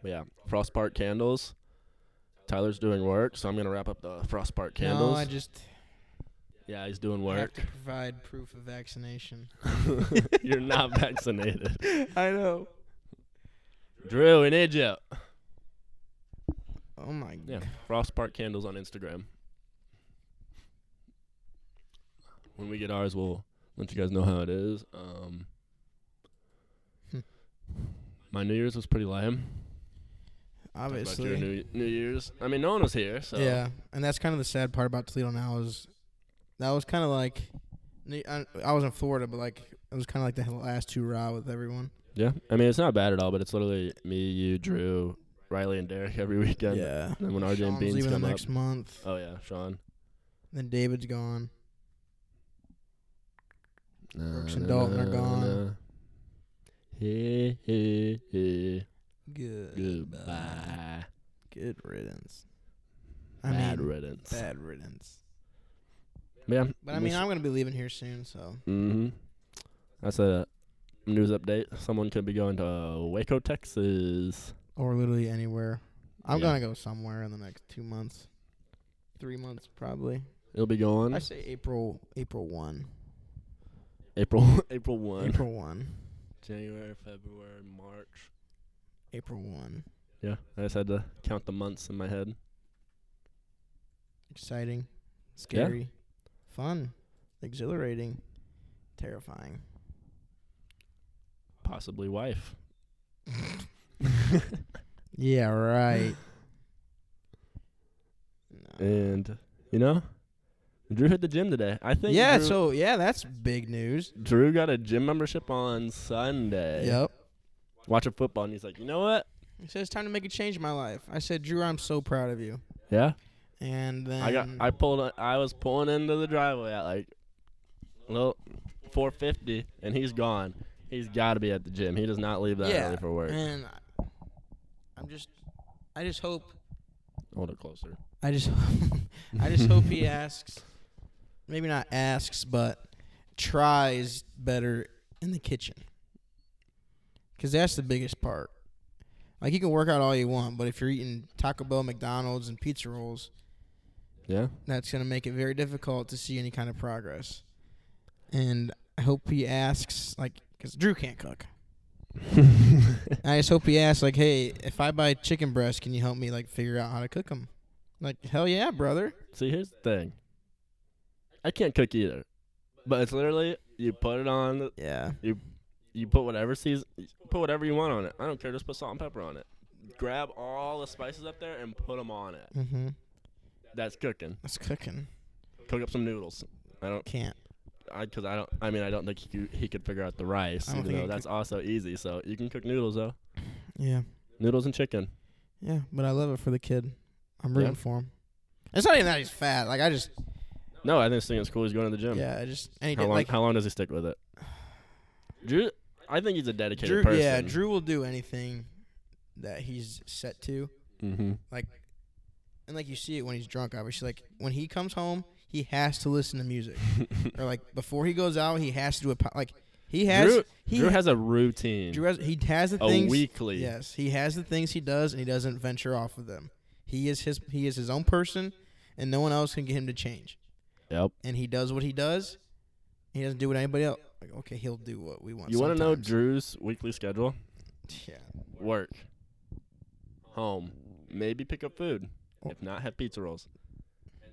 But yeah, Frost Park candles. Tyler's doing work, so I'm gonna wrap up the Frost Park candles.
No, I just
Yeah, he's doing
have
work.
to provide proof of vaccination.
You're not vaccinated.
I know.
Drew, we need you.
Oh my
Yeah,
god.
Frost Park Candles on Instagram. When we get ours, we'll let you guys know how it is. Um,
Hmm.
my New Year's was pretty lame. Talk about
Obviously.
your New, New Year's. I mean, no one was here, so
Yeah, and that's kind of the sad part about Toledo now is that was kind of like I, I was in Florida, but like it was kind of like the last two raw with everyone.
yeah. I mean, it's not bad at all, but it's literally me, you, Drew, Riley, and Derek every weekend.
yeah.
And when RJ and
Sean's
Beans
leaving the
come up,
next month.
oh yeah, Sean.
Then David's gone. Brooks
Brooks
and Dalton are gone.
Hey, hey, hey.
Good.
Goodbye.
Good riddance. I
Bad
mean,
riddance.
bad riddance.
Yeah.
But I mean, I'm gonna be leaving here soon, so
hmm That's a news update. Someone could be going to Waco, Texas.
or literally anywhere. I'm
Yeah.
gonna go somewhere in the next two months, three months probably.
It'll be going
I say April, April one,
April, April one,
April one,
January, February, March.
April one.
Yeah, I just had to count the months in my head.
exciting,
Yeah.
scary, fun, exhilarating, terrifying.
Possibly wife.
Yeah, right.
And you know, Drew hit the gym today. I think.
yeah,
Drew-
so yeah, that's big news.
Drew got a gym membership on Sunday.
Yep.
Watching football, and he's like, you know what?
He said it's time to make a change in my life. I said, Drew, I'm so proud of you.
Yeah.
And then
I got. I pulled. I was pulling into the driveway at like, well, 450, and he's gone. He's got to be at the gym. He does not leave that
Yeah. Mm.
early for work.
and I- I'm just I just hope
Hold it closer.
I just I just hope he asks maybe not asks but tries better in the kitchen. Cuz that's the biggest part. Like you can work out all you want, but if you're eating Taco Bell, McDonald's and pizza rolls,
Yeah.
that's going to make it very difficult to see any kind of progress. And I hope he asks like cuz Drew can't cook. I just hope he asks, like, hey, if I buy chicken breasts, can you help me like figure out how to cook them? Like, hell yeah, brother.
See, here's the thing. I can't cook either, but it's literally you put it on.
Yeah.
You put whatever season. Put whatever you want on it. I don't care. Just put salt and pepper on it. Grab all the spices up there and put them on it.
Mm-hmm.
That's cooking.
That's cooking.
Cook up some noodles. I don't.
Can't.
I because I don't. I mean, I don't think he could, he could figure out the rice,
I don't
even
think
though
he
that's also easy. So you can cook noodles though,
Yeah.
noodles and chicken.
Yeah, but I love it for the kid. I'm rooting
Yeah.
for him. It's not even that he's fat. Like I just,
No, I think this thing is cool. He's going to the gym.
yeah, I just, and he
How
did,
long?
like
how long does he stick with it? Drew, I think he's a dedicated
Drew.
person.
Yeah, Drew will do anything that he's set to.
Mm-hmm.
Like, and like you see it when he's drunk. Obviously, like when he comes home, he has to listen to music, or like before he goes out, he has to do a po- like he has
Drew,
he
Drew has a routine.
Drew has he has the
a
things
weekly.
Yes, he has the things he does, and he doesn't venture off of them. He is his he is his own person, and no one else can get him to change.
Yep.
And he does what he does. He doesn't do what anybody else. Like okay, he'll do what we want.
You want to know
sometimes.
Drew's weekly schedule?
Yeah,
Work, home, maybe pick up food.
Oh.
If not, have pizza rolls.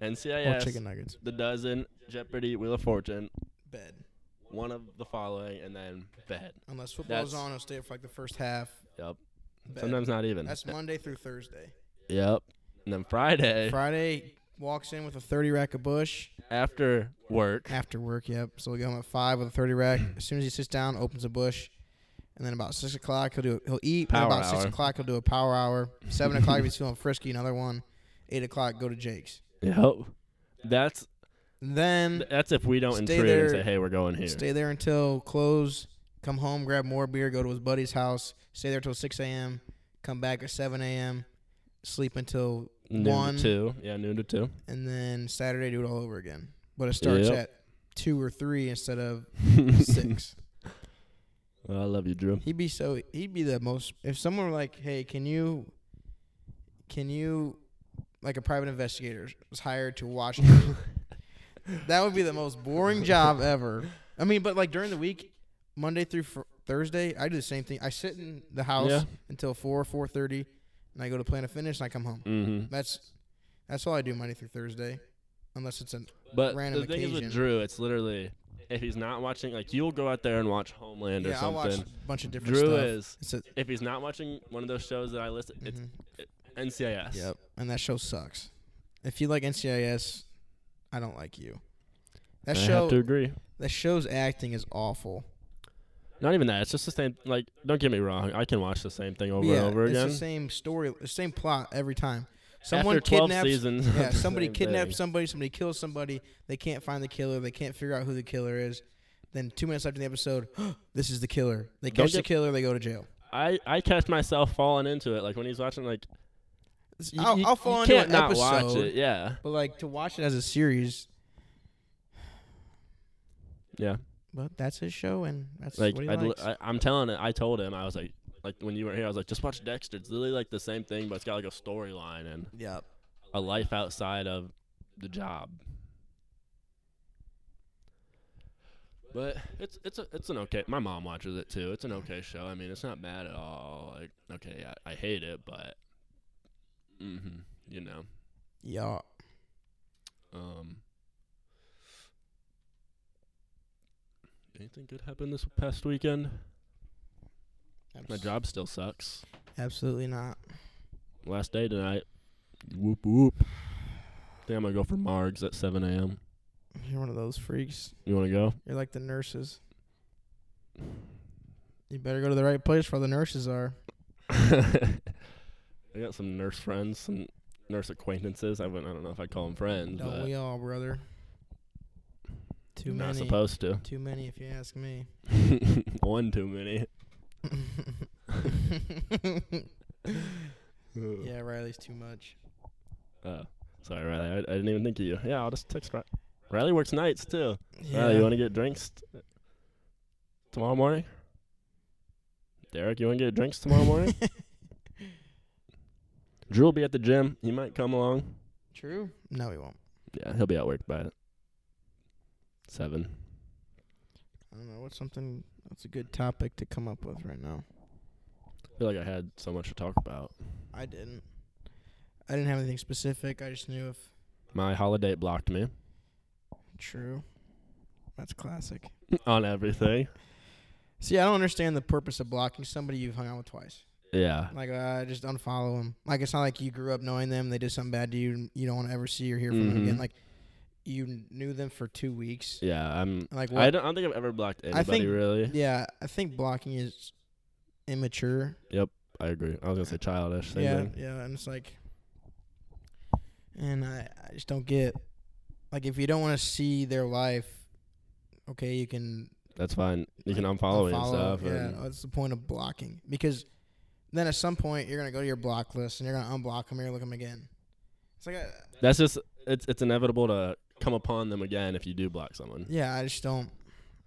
or
NCIS,
chicken nuggets.
The Dozen, Jeopardy, Wheel of Fortune,
Bed.
one of the following, and then bed.
Unless football's
That's-
on, he'll stay up for like the first half.
Yep.
Bed.
Sometimes not even.
That's Monday through Thursday.
yep. And then Friday,
Friday walks in with a thirty rack of bush
after work,
after work. Yep. So we will go home at five with a thirty rack. As soon as he sits down, opens a bush, and then about six o'clock he'll do he'll eat.
Power
and about six
hour.
o'clock he'll do a power hour. Seven o'clock if he's feeling frisky, another one. Eight o'clock go to Jake's.
yep. That's
And then
that's if we don't
Stay
intrude and say,
there.
"Hey, we're going here."
stay there until close. Come home, grab more beer, go to his buddy's house, stay there till six a.m. Come back at seven a.m. Sleep until
noon
one.
to two. Yeah, noon to two.
and then Saturday do it all over again. But it starts
Yep.
at two or three instead of
well,
six.
I love you, Drew.
He'd be so. He'd be the most. If someone were like, "Hey, can you, can you, like a private investigator was hired to watch," you," that would be the most boring job ever. I mean, but like during the week, Monday through fr- Thursday, I do the same thing. I sit in the house
Yeah.
until four, four thirty, and I go to plan a finish, and I come home.
Mm-hmm.
That's that's all I do Monday through Thursday, unless it's an
But
random
the thing is with
occasion.
Drew, it's literally if he's not watching, like you'll go out there and watch Homeland or
yeah. I watch
something.
a bunch of different
Drew
stuff.
is
It's a,
if he's not watching one of those shows that I listed, it's
mhm.
NCIS.
Yep. And that show sucks. If you like NCIS, I don't like you. That
I
show
have to agree.
that show's acting is awful.
Not even that. It's just the same. Like, don't get me wrong. I can watch the same thing over
yeah,
and over again.
It's the same story, the same plot every time. Someone
After twelve
kidnaps
seasons. of
Yeah,
the
somebody
same
kidnaps
thing.
somebody, somebody kills somebody, they can't find the killer, they can't figure out who the killer is. Then 2 minutes after the episode, this is the killer. They
Don't
catch the
get-
killer, they go to jail.
I I catch myself falling into it. Like when he's watching, like you,
I'll,
you-
I'll fall
you
into
can't
an
not
episode,
watch it. Yeah,
but like to watch it as a series,
yeah.
but that's his show and that's
Like
what he
I'd li-
likes.
I, I'm telling it. I told him I was like, like when you were here, I was like, just watch Dexter. It's literally like the same thing, but it's got like a storyline and
yep.
a life outside of the job. But it's it's a, it's an okay. My mom watches it too. It's an okay show. I mean, it's not bad at all. Like okay, I, I hate it, but hmm you know,
Yeah.
um, anything good happened this past weekend? My
Abs-
job still sucks.
Absolutely not.
Last day tonight. Whoop whoop. Think I'm gonna go for Margs at 7 a.m.
You're one of those freaks.
You wanna go?
You're like the nurses. You better go to the right place where the nurses are.
I got some nurse friends, some nurse acquaintances. I wouldn't. I don't know if I call them friends,
Don't
but
we all, brother? Too
not
many.
supposed to.
Too many, if you ask me.
One too many.
yeah, Riley's too much.
Oh, sorry, Riley. I, I didn't even think of you. Yeah, I'll just text Riley. Riley works nights too.
Yeah.
Riley, you want to get drinks t- tomorrow morning? Derek, you want to get drinks tomorrow morning? Drew will be at the gym. He might come along.
True. No, he won't.
Yeah, he'll be at work by seven.
I don't know. What's something? What's a good topic to come up with right now?
I feel like I had so much to talk about.
I didn't. I didn't have anything specific. I just knew if
My holiday blocked me
True. That's classic.
on everything.
See, I don't understand the purpose of blocking somebody you've hung out with twice.
Yeah.
Like, uh, just unfollow them. Like, it's not like you grew up knowing them. They did something bad to you. And you don't want to ever see or hear from them
Mhm.
again. Like, you kn- knew them for two weeks.
Yeah, I'm
Like,
I
what?
don't, I don't think I've ever blocked anybody
think-
really.
yeah, I think blocking is immature.
Yep. I agree. I was gonna say childish. Same
yeah,
thing.
yeah, and it's like, and I, I just don't get, like, if you don't want to see their life, okay, you can
That's fine. You can unfollow it and
unfollow,
stuff.
Yeah,
and-
that's the point of blocking because then at some point you're gonna go to your block list and you're gonna unblock them and you're gonna look them again. It's like, uh,
that's just it's it's inevitable to come upon them again if you do block someone.
yeah, I just don't,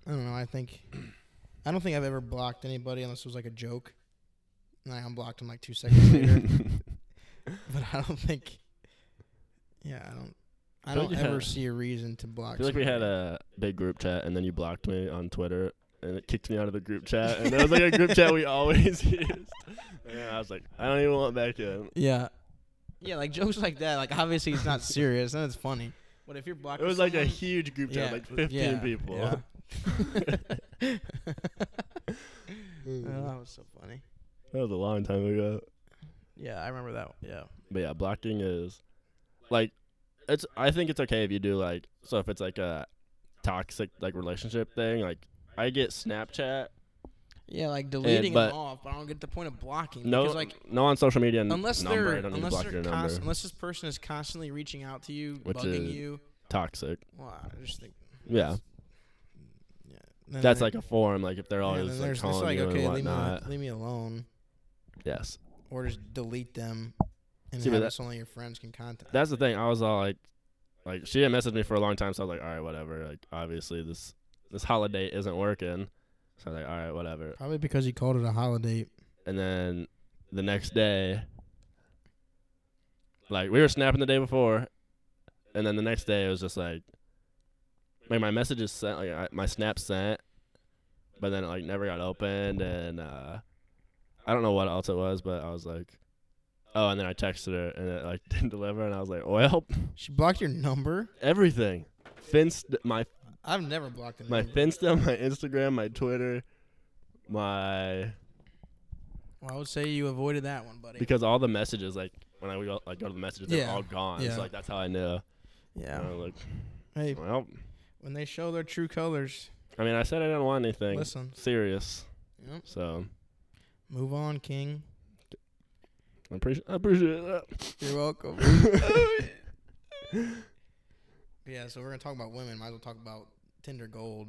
I don't know. I think, I don't think I've ever blocked anybody unless it was like a joke, and I unblocked them like two seconds later. but I don't think. Yeah, I don't. I
I feel
don't
like you
ever
had-
see a reason to block.
I feel like we had
somebody.
a big group chat and then you blocked me on Twitter and it kicked me out of the group chat and that was like a group chat we always used. And I was like, I don't even want back in.
Yeah. Yeah, like jokes like that. Like obviously it's not serious and it's funny, but if you're
It
blocking,
was like a
someone-
huge group chat,
Yeah,
like fifteen
yeah,
people.
yeah. Oh, that was so funny.
That was a long time ago.
Yeah, I remember that. One. Yeah.
But yeah, blocking is like it's I think it's okay if you do like so if it's like a toxic like relationship thing, like I get Snapchat.
Yeah, like deleting
Eh, but-
them off, but I don't get the point of blocking.
No
because, like
no on social media n-
unless
number, I
they're
don't need to
unless
block
they're
your
const-
number.
unless this person is constantly reaching out to you,
Which
bugging
is-
you.
Toxic.
Wow, I just think.
Yeah.
Yeah. Then
That's
there-
like a form, like if they're
yeah,
always
then
like
there's- it's
calling
like,
you
okay,
and
leave me,
whatnot.
al- leave me alone,
Yes.
or just delete them, and
See, but
have
that-
us only your friends can contact.
That's the thing. I was all like like she had messaged me for a long time, so I was like, All right, whatever. Like obviously this this holiday isn't working. So I was like, All right, whatever.
Probably because you called it a holiday.
and then the next day like we were snapping the day before and then the next day it was just like like my messages sent like I, my snap sent but then it like never got opened and uh i don't know what else it was but i was like oh and then i texted her and it like didn't deliver and i was like well
She blocked your number.
everything finst my
I've never blocked a
my
number.
finsta my instagram my twitter my
Well, I would say you avoided that one, buddy.
because all the messages like when I go like go to the messages they're
Yeah.
all gone.
Yeah.
So like that's how I knew.
yeah.
And I was
Hey,
like, well,
when they show their true colors,
I mean, I said I didn't want anything
listen.
serious,
Yep.
so
Move on, King.
I appreciate I appreciate that.
You're welcome. yeah, so we're gonna talk about women. Might as well talk about Tinder Gold.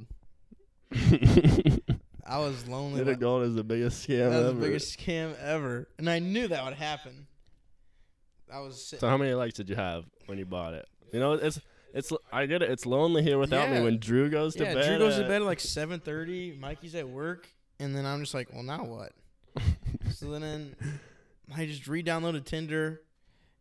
I was lonely.
Little
la-
gold is the biggest scam
that was the
ever.
biggest scam ever, and I knew that would happen. I was si-
So how many likes did you have when you bought it? You know, it's it's I get it. It's lonely here without
Yeah.
me when Drew goes to
yeah.
bed. uh,
Drew goes to
at-
bed at like seven thirty. Mikey's at work, and then I'm just like, well, now what? so then I just re-downloaded Tinder,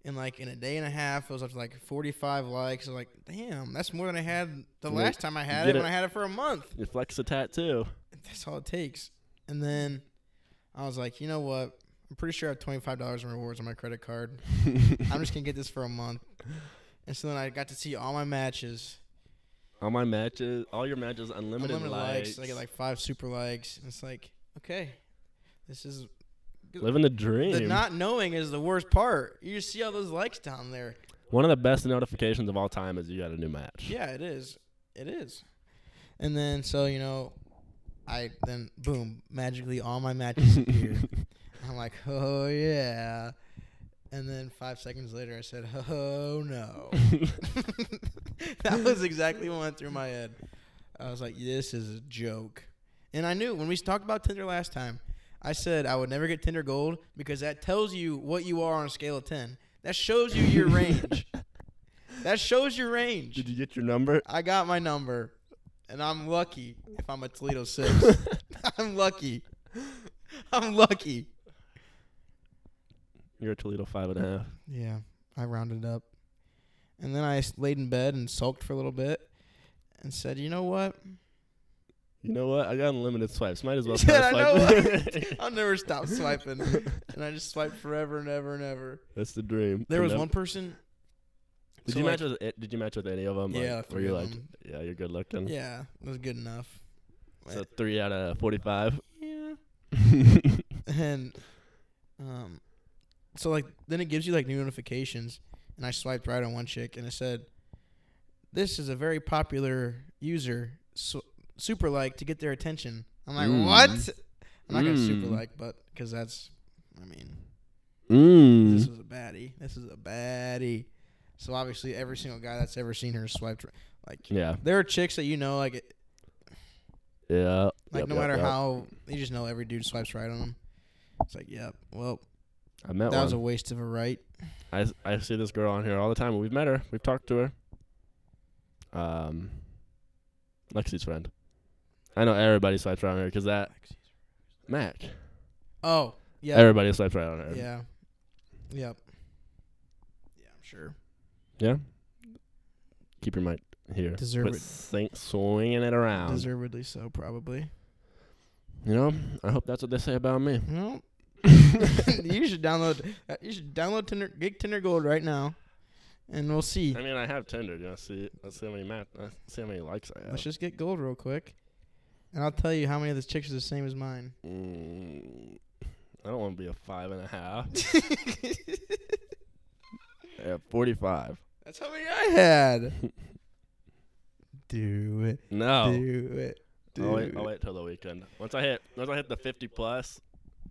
and like in a day and a half, it was up to like forty five likes. I was like, damn, that's more than I had the
Well,
last time I had it
get
when
it-
I had it for a month.
You flex a tattoo.
That's all it takes. And then I was like, you know what? I'm pretty sure I have twenty five dollars in rewards on my credit card. I'm just gonna get this for a month. And so then I got to see all my matches,
all my matches, all your matches, unlimited,
unlimited likes.
likes.
I get like five super likes. And it's like, okay, this is
living the dream.
the not knowing is the worst part. You just see all those likes down there.
One of the best notifications of all time is you got a new match.
Yeah, it is. It is. And then so you know, I then boom, magically all my matches appear. I'm like, oh yeah. And then five seconds later, I said, oh no. that was exactly what went through my head. I was like, this is a joke. And I knew when we talked about Tinder last time, I said I would never get Tinder Gold because that tells you what you are on a scale of 10. That shows you your range. that shows your range.
Did you get your number?
I got my number, and I'm lucky if I'm a Toledo six. I'm lucky. I'm lucky.
You're a Toledo five and a half.
Yeah, I rounded up, and then I s- laid in bed and sulked for a little bit, and said, "You know what?
You know what? I got unlimited swipes. Might as well. try
Yeah, I know
swiping.
I'll never stop swiping." and I just swiped forever and ever and ever.
That's the dream.
There
You
was
know?
one person.
Did
so,
you
like-
match with? it- Did you match with any of them?
Yeah,
Like, were
three
you
of
like,
them.
yeah, you're good looking.
Yeah, it was good enough.
So three out of forty-five.
Yeah. and um, so like then it gives you like new notifications, and I swiped right on one chick, and it said, "This is a very popular user, su- super like to get their attention." I'm like,
Mm.
"What?" I'm not gonna super
Mm.
like, but because that's I mean, this
Mm.
was a baddie. This is a baddie. So obviously, every single guy that's ever seen her swiped. ri- Like
Yeah.
there are chicks that you know, like it-
Yeah.
like
Yep,
no
yep,
matter
yep.
how you just know every dude swipes right on them. It's like, yep. Well,
I met
that was a
one.
waste of a right.
I s- I see this girl on here all the time. We've met her. We've talked to her. Um, Lexi's friend. I know everybody swipes right on her because that Mac.
Oh yeah,
Everybody swipes right on her.
yeah, yep. Yeah, I'm sure.
Yeah? Keep your mic here.
Deserve
Quit
it.
think swinging it around.
Deservedly so, probably.
you know, I hope that's what they say about me.
Well, you should download. uh, You should download Tinder, get Tinder Gold right now, and we'll see.
I mean, I have Tinder. You know, see, let's see how many match, let's see how many likes I
Let's
have.
just get gold real quick, and I'll tell you how many of those chicks are the same as mine.
Mm, I don't want to be a five and a half. yeah, forty-five.
That's how many I had. do it.
No,
Do it. Do
I'll wait,
it.
I'll wait till the weekend. Once I hit, once I hit the fifty plus,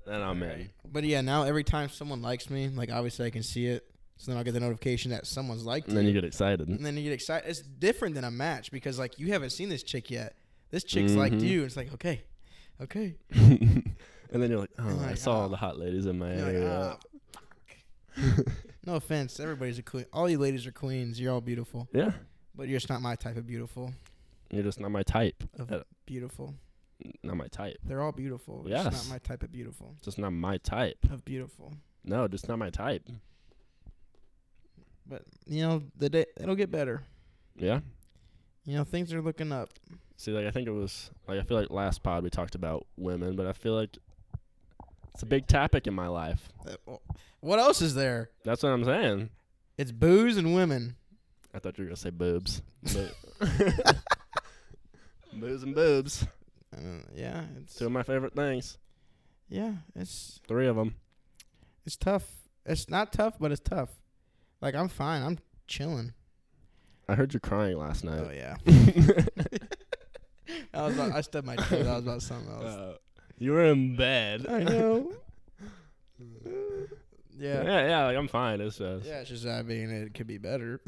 then I'm in.
But yeah, now every time someone likes me, like obviously I can see it, so then I'll get the notification that someone's liked
And then
it.
you get excited.
and then you get excited. It's different than a match because like you haven't seen this chick yet. This chick's like
Mhm.
liked you. It's like okay, okay.
and then you're like, oh,
like,
I saw all
ah.
the hot ladies in my
You're like,
area.
"Ah, no offense, everybody's a queen. All you ladies are queens. You're all beautiful,
yeah,
but you're just not my type of beautiful.
you're just not my type.
Of
Yeah.
beautiful,
Not my type.
they're all beautiful. You're just
Yes.
not my type of beautiful.
Just not my type.
Of beautiful,
No, just not my type.
but you know the day it'll get better.
Yeah.
You know things are looking up.
See, like I think it was like I feel like last pod we talked about women, but I feel like it's a big topic in my life.
Uh, well, What else is there?
That's what I'm saying.
It's booze and women.
I thought you were gonna say boobs. But boobs and boobs.
Uh, yeah, it's
Two of my favorite things.
yeah, it's
Three of them.
It's tough. It's not tough, but it's tough. Like I'm fine. I'm chilling.
I heard you crying last night.
Oh yeah. I was. About, I stubbed my toe. That was about something else.
Uh, you were in bed.
Oh, I know.
Yeah,
yeah.
yeah, like I'm fine. It's just
Yeah. It's just I mean it could be better.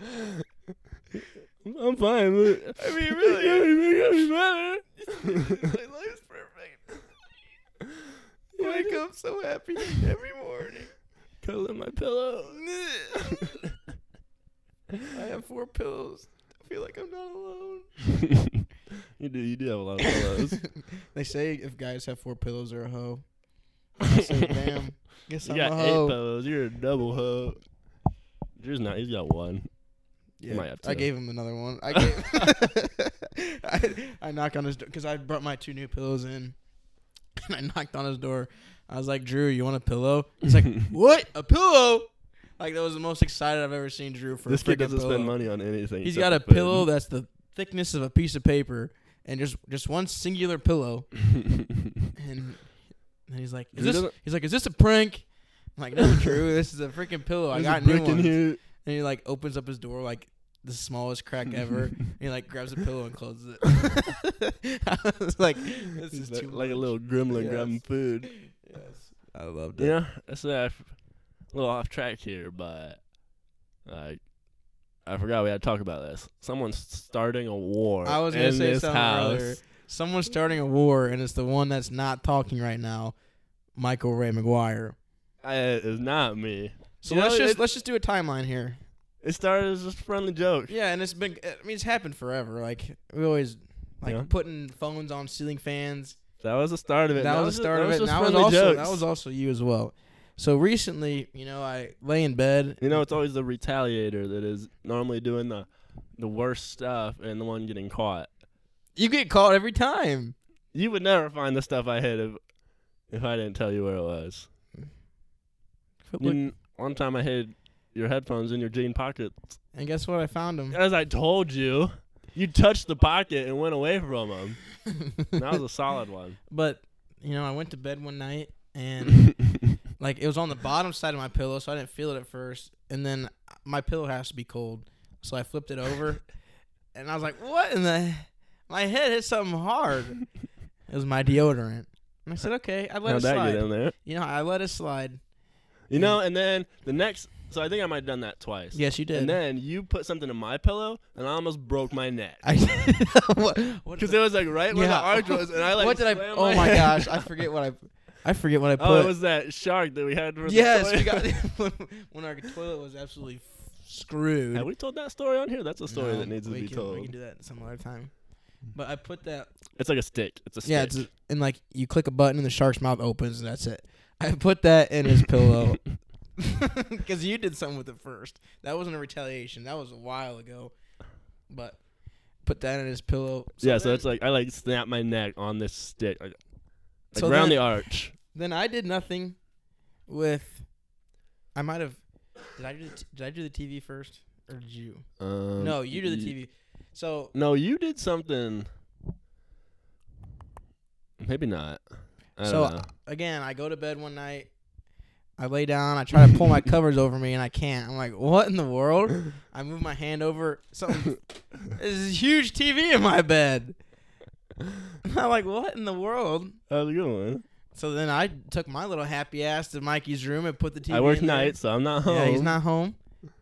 I'm fine. I mean, really,
My life's perfect. Wake up so happy every morning.
Cuddle in my pillow.
I have four pillows. I feel like I'm not alone.
you do. You do have a lot of pillows.
they say if guys have four pillows, they're a hoe. I say, damn. Guess
you
I'm
got
a
eight
hoe.
pillows. You're a double hoe. Drew's not. He's got one.
Yeah,
might have
I
to.
gave him another one. I gave. I, I knock on his door because I brought my two new pillows in, and I knocked on his door. I was like, "Drew, you want a pillow?" He's like, "What? A pillow?" Like that was the most excited I've ever seen Drew for.
this
a
kid
freaking
doesn't
pillow.
spend money on anything.
He's
except
got a
for food.
pillow that's the thickness of a piece of paper, and just just one singular pillow. And and he's like, "Is
Drew
this?"
doesn't-
He's like, "Is this a prank?" I'm like, "No, Drew, this is a freaking pillow. I
There's
got
a brick
new
in
ones."
here.
And he like opens up his door like the smallest crack ever. and he like grabs a pillow and closes it. I was like, this
He's
is
like,
too
like a
much.
little gremlin
Yes.
grabbing food.
Yes, I loved it.
Yeah, that's a f- little off track here, but like I forgot we had to talk about this. Someone's starting a war.
I was gonna
in
say
this
something
house.
earlier. Someone's starting a war, and it's the one that's not talking right now, Michael Ray McGuire.
I, it's not me.
So
You know,
let's just
it-
let's just do a timeline here.
It started as just a friendly joke.
Yeah, and it's been. I mean, it's happened forever. Like we always like
Yeah.
putting phones on ceiling fans.
That was the start of it.
that was
just-
the start of it.
just
And that was
friendly
also
jokes.
that was also you as well. So recently, you know, I lay in bed.
You know, it's always the retaliator that is normally doing the the worst stuff and the one getting caught.
you get caught every time.
You would never find the stuff I hid if if I didn't tell you where it was. You
And
kn- one time I hid your headphones in your jean pocket
guess what? I found him.
As I told you, you touched the pocket and went away from him. That was a solid one.
but you know, I went to bed one night and
yeah,
like it was on the bottom side of my pillow, so I didn't feel it at first. And then my pillow has to be cold, so I flipped it over, and I was like, "What in the?" My head hit something hard, It was my deodorant. And I said, okay, I let
How'd
it
that get
slide.
in there?
You know, I let it slide.
You know, and then the next. So I think I might have done that twice.
Yes, you did.
And then you put something in my pillow, and I almost broke my neck.
I what, what
Because
the-
it was like right where the
Yeah.
arch was, and I like.
what did I?
slammed
Oh my
head.
gosh, I forget what I. I forget what I put.
Oh, it was that shark that we had. For the
yes, we got
toilet.
when our toilet was absolutely f- screwed.
Have we told that story on here? That's a story
No,
that needs to
we
be
can,
told. Hmm.
We can do that some other time. But I put that.
It's like a stick. It's a stick.
Yeah, it's, and like you click a button and the shark's mouth opens and that's it. I put that in his pillow because you did something with it first. That wasn't a retaliation. That was a while ago. But put that in his pillow.
yeah, so
then-
it's like I like snap my neck on this stick, like, like
So
around the
then-
arch.
Then I did nothing with. I might have. Did I do the t- did I do the TV first or did you?
Um,
no, you did
y-
the TV. So
No, you did something. Maybe not. I don't
So,
know.
again, I go to bed one night. I lay down. I try to pull my covers over me, and I can't. I'm like, what in the world? I move my hand over. Something. There's a huge TV in my bed. I'm like, what in the world?
How's it going?
So then I took my little happy ass to Mikey's room and put the TV.
I work
in there.
nights, so I'm not home.
Yeah, he's not home.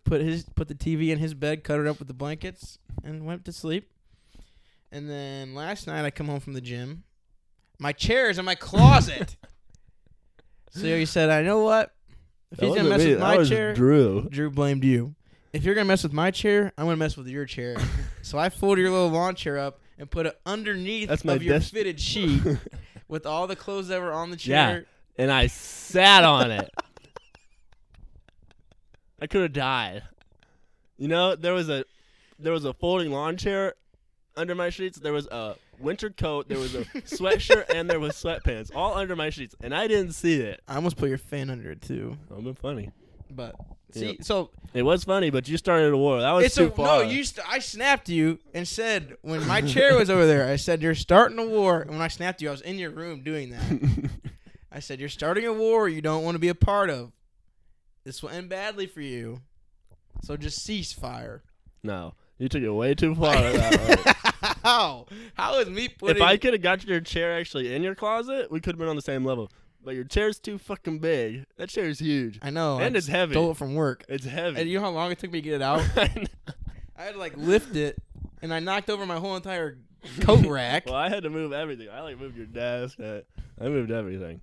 Put his put the TV in his bed, covered up with the blankets, and went to sleep. And then last night I come home from the gym. My chair is in my closet. so you said, I know what? If
That
he's
wasn't
gonna mess
me,
with
that
my
was
chair,
Drew.
Drew blamed you. If you're gonna mess with my chair, I'm gonna mess with your chair. so I folded your little lawn chair up and put it underneath
That's my
of your
desk.
fitted sheet with all the clothes that were on the
Yeah.
chair.
and I sat on it. I could have died. You know, there was a there was a folding lawn chair under my sheets. There was a winter coat. There was a sweatshirt, and there was sweatpants all under my sheets, and I didn't see it.
I almost put your fan under it too.
That would been funny.
But see,
Yep.
so
It was funny, but you started a war. That was
it's
too
a
far.
no. You, st- I snapped you and said when my chair was over there. I said you're starting a war. And when I snapped you, I was in your room doing that. I said you're starting a war you don't want to be a part of. This will end badly for you. So just cease fire.
no, you took it way too far. that one.
How? How is me putting?
if I could have got your chair actually in your closet, we could have been on the same level. But your chair's too fucking big. That chair is huge.
I know.
and
I
it's heavy.
stole it from work.
It's heavy.
And you know how long it took me to get it out? I had to like lift it, and I knocked over my whole entire coat rack.
well, I had to move everything. I like moved your desk. I, I moved everything.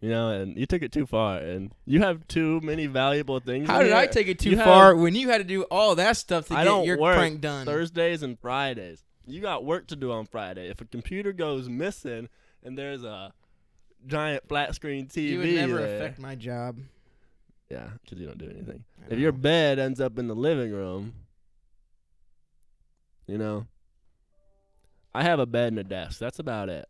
You know, and you took it too far, and you have too many valuable things.
How
in
did I
here.
take it too
You have-
far when you had to do all that stuff to
I
get
don't
your
work
prank done?
Thursdays and Fridays. You got work to do on Friday. If a computer goes missing and there's a giant flat screen TV,
you would never
there-
affect my job.
yeah, because you don't do anything.
I
If
know.
your bed ends up in the living room, you know, I have a bed and a desk. That's about it.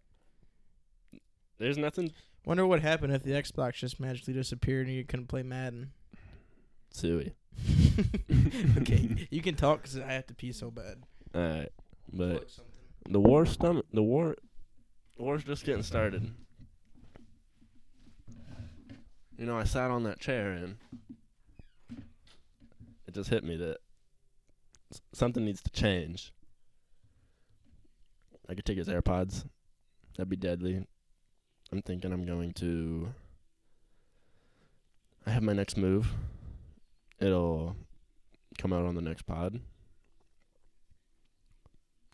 There's nothing
wonder what happened if the Xbox just magically disappeared and you couldn't play Madden.
suey.
okay, you can talk because I have to pee so bad.
All right, but
Plug something.
the war stomach, the war, war's just getting started. You know, I sat on that chair and it just hit me that s- something needs to change. I could take his AirPods. That'd be deadly. I'm thinking I'm going to. I have my next move. It'll come out on the next pod.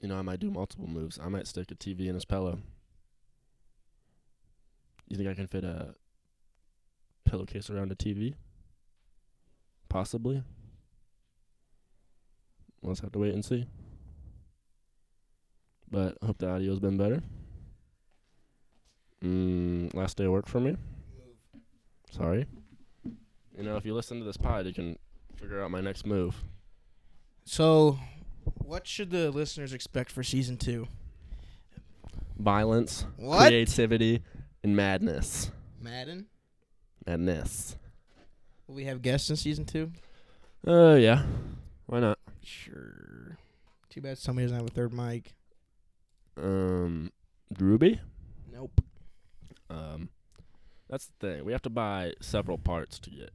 You know, I might do multiple moves. I might stick a TV in his pillow. You think I can fit a pillowcase around a TV? Possibly. We'll just have to wait and see. But I hope the audio's been better. Mm, last day of work for me. Sorry. You know, if you listen to this pod, you can figure out my next move.
So, what should the listeners expect for season two?
Violence,
What?
creativity, and madness.
Madden?
Madness.
Will we have guests in season two?
Oh yeah, why not?
Sure. Too bad somebody doesn't have a third mic.
Um, Ruby.
Nope.
Um, that's the thing. We have to buy several parts to get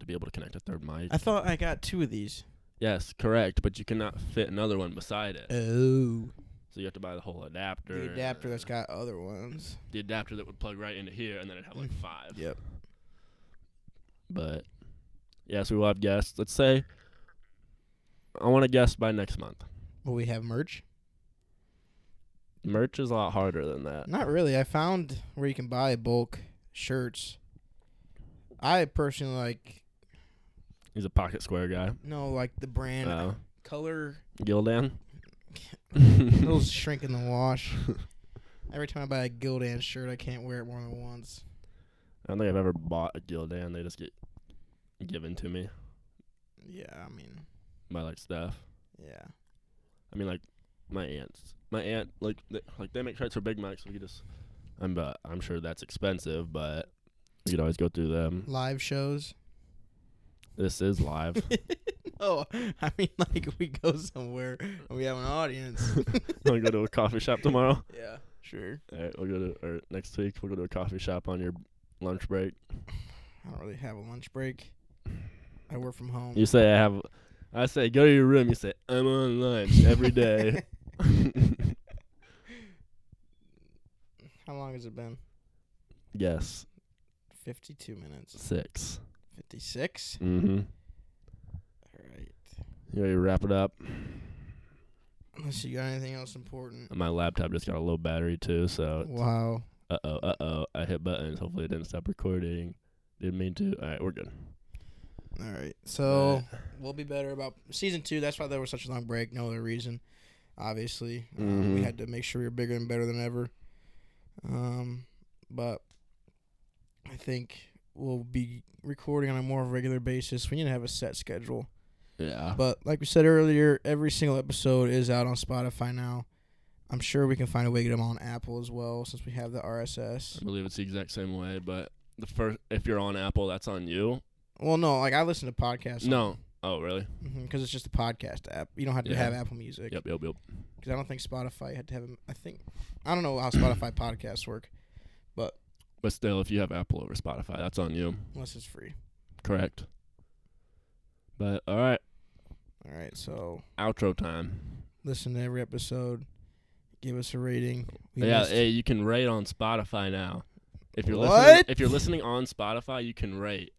to be able to connect a third mic.
I thought I got two of these.
yes, correct. But you cannot fit another one beside it.
Oh.
So you have to buy the whole adapter.
The adapter that's got other ones.
the adapter that would plug right into here, and then it'd have like five.
Mm. Yep.
But yeah, so we will have guests. Let's say I want a guest by next month.
Will we have merch?
Merch is a lot harder than that.
Not really. I found where you can buy bulk shirts. I personally like
He's a pocket square guy.
no like the brand
Oh.
color.
Gildan.
Those shrink in the wash. Every time I buy a Gildan shirt, I can't wear it more than once.
I don't think I've ever bought a Gildan. They just get given to me
Yeah, I mean,
by like staff.
yeah.
I mean, like my aunts. My aunt, like, they, like they make shirts for Big Macs. We could just, I'm, uh, I'm sure that's expensive, but you could always go through them.
Live shows.
This is live.
Oh, I mean, like we go somewhere and we have an audience.
I'll go to a coffee shop tomorrow.
yeah, sure.
All right, we'll go to or next week. We'll go to a coffee shop on your lunch break.
I don't really have a lunch break. I work from home.
You say I have, I say go to your room. You say I'm on lunch every day.
How long has it been?
yes,
52 minutes.
6
56?
Mm-hmm.
All right.
You ready to wrap it up?
Unless you got anything else important.
My laptop just got a low battery too, so
Wow.
uh oh, uh oh. I hit buttons. Hopefully, it didn't stop recording. Didn't mean to. All right, we're good.
All right. So we'll be better about season two. That's why there was such a long break. No other reason. Obviously, um, we
Mhm.
had to make sure we were bigger and better than ever. Um, but I think we'll be recording on a more regular basis. We need to have a set schedule.
Yeah.
But like we said earlier, every single episode is out on Spotify now. I'm sure we can find a way to get them on Apple as well, since we have the RSS.
I believe it's the exact same way, but the first if you're on Apple, that's on you.
Well, no, like I listen to podcasts.
No. Oh, really?
because it's just a podcast app. You don't have to
Yeah.
have Apple Music.
Yep, yep, yep.
because I don't think Spotify had to have. a- I think I don't know how Spotify podcasts work
But still, if you have Apple over Spotify, that's on you.
unless it's free.
Correct. But all right,
All right, so
outro time.
listen to every episode, give us a rating.
yeah,
missed-
hey, you can rate on Spotify now. If you're listening,
What?
if you're listening on Spotify, you can rate.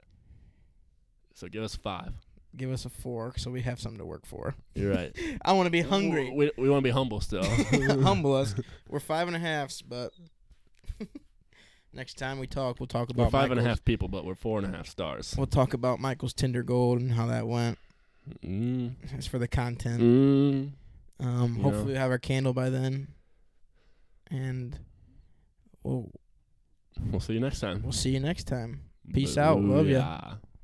So give us five.
give us a four, so we have something to work for.
You're right.
I want to be hungry.
We, we want to be humble still.
Humble us. We're five and a halfs, but next time we talk, we'll talk about
we're five and a
Michael's-
half people, but we're four and a half stars.
We'll talk about Michael's Tinder Gold and how that went.
Mm.
As for the content,
Mm.
Um,
You know?
hopefully we have our candle by then, and we'll
We'll see you next time.
we'll see you next time. Peace out. Love ya.
Booyah.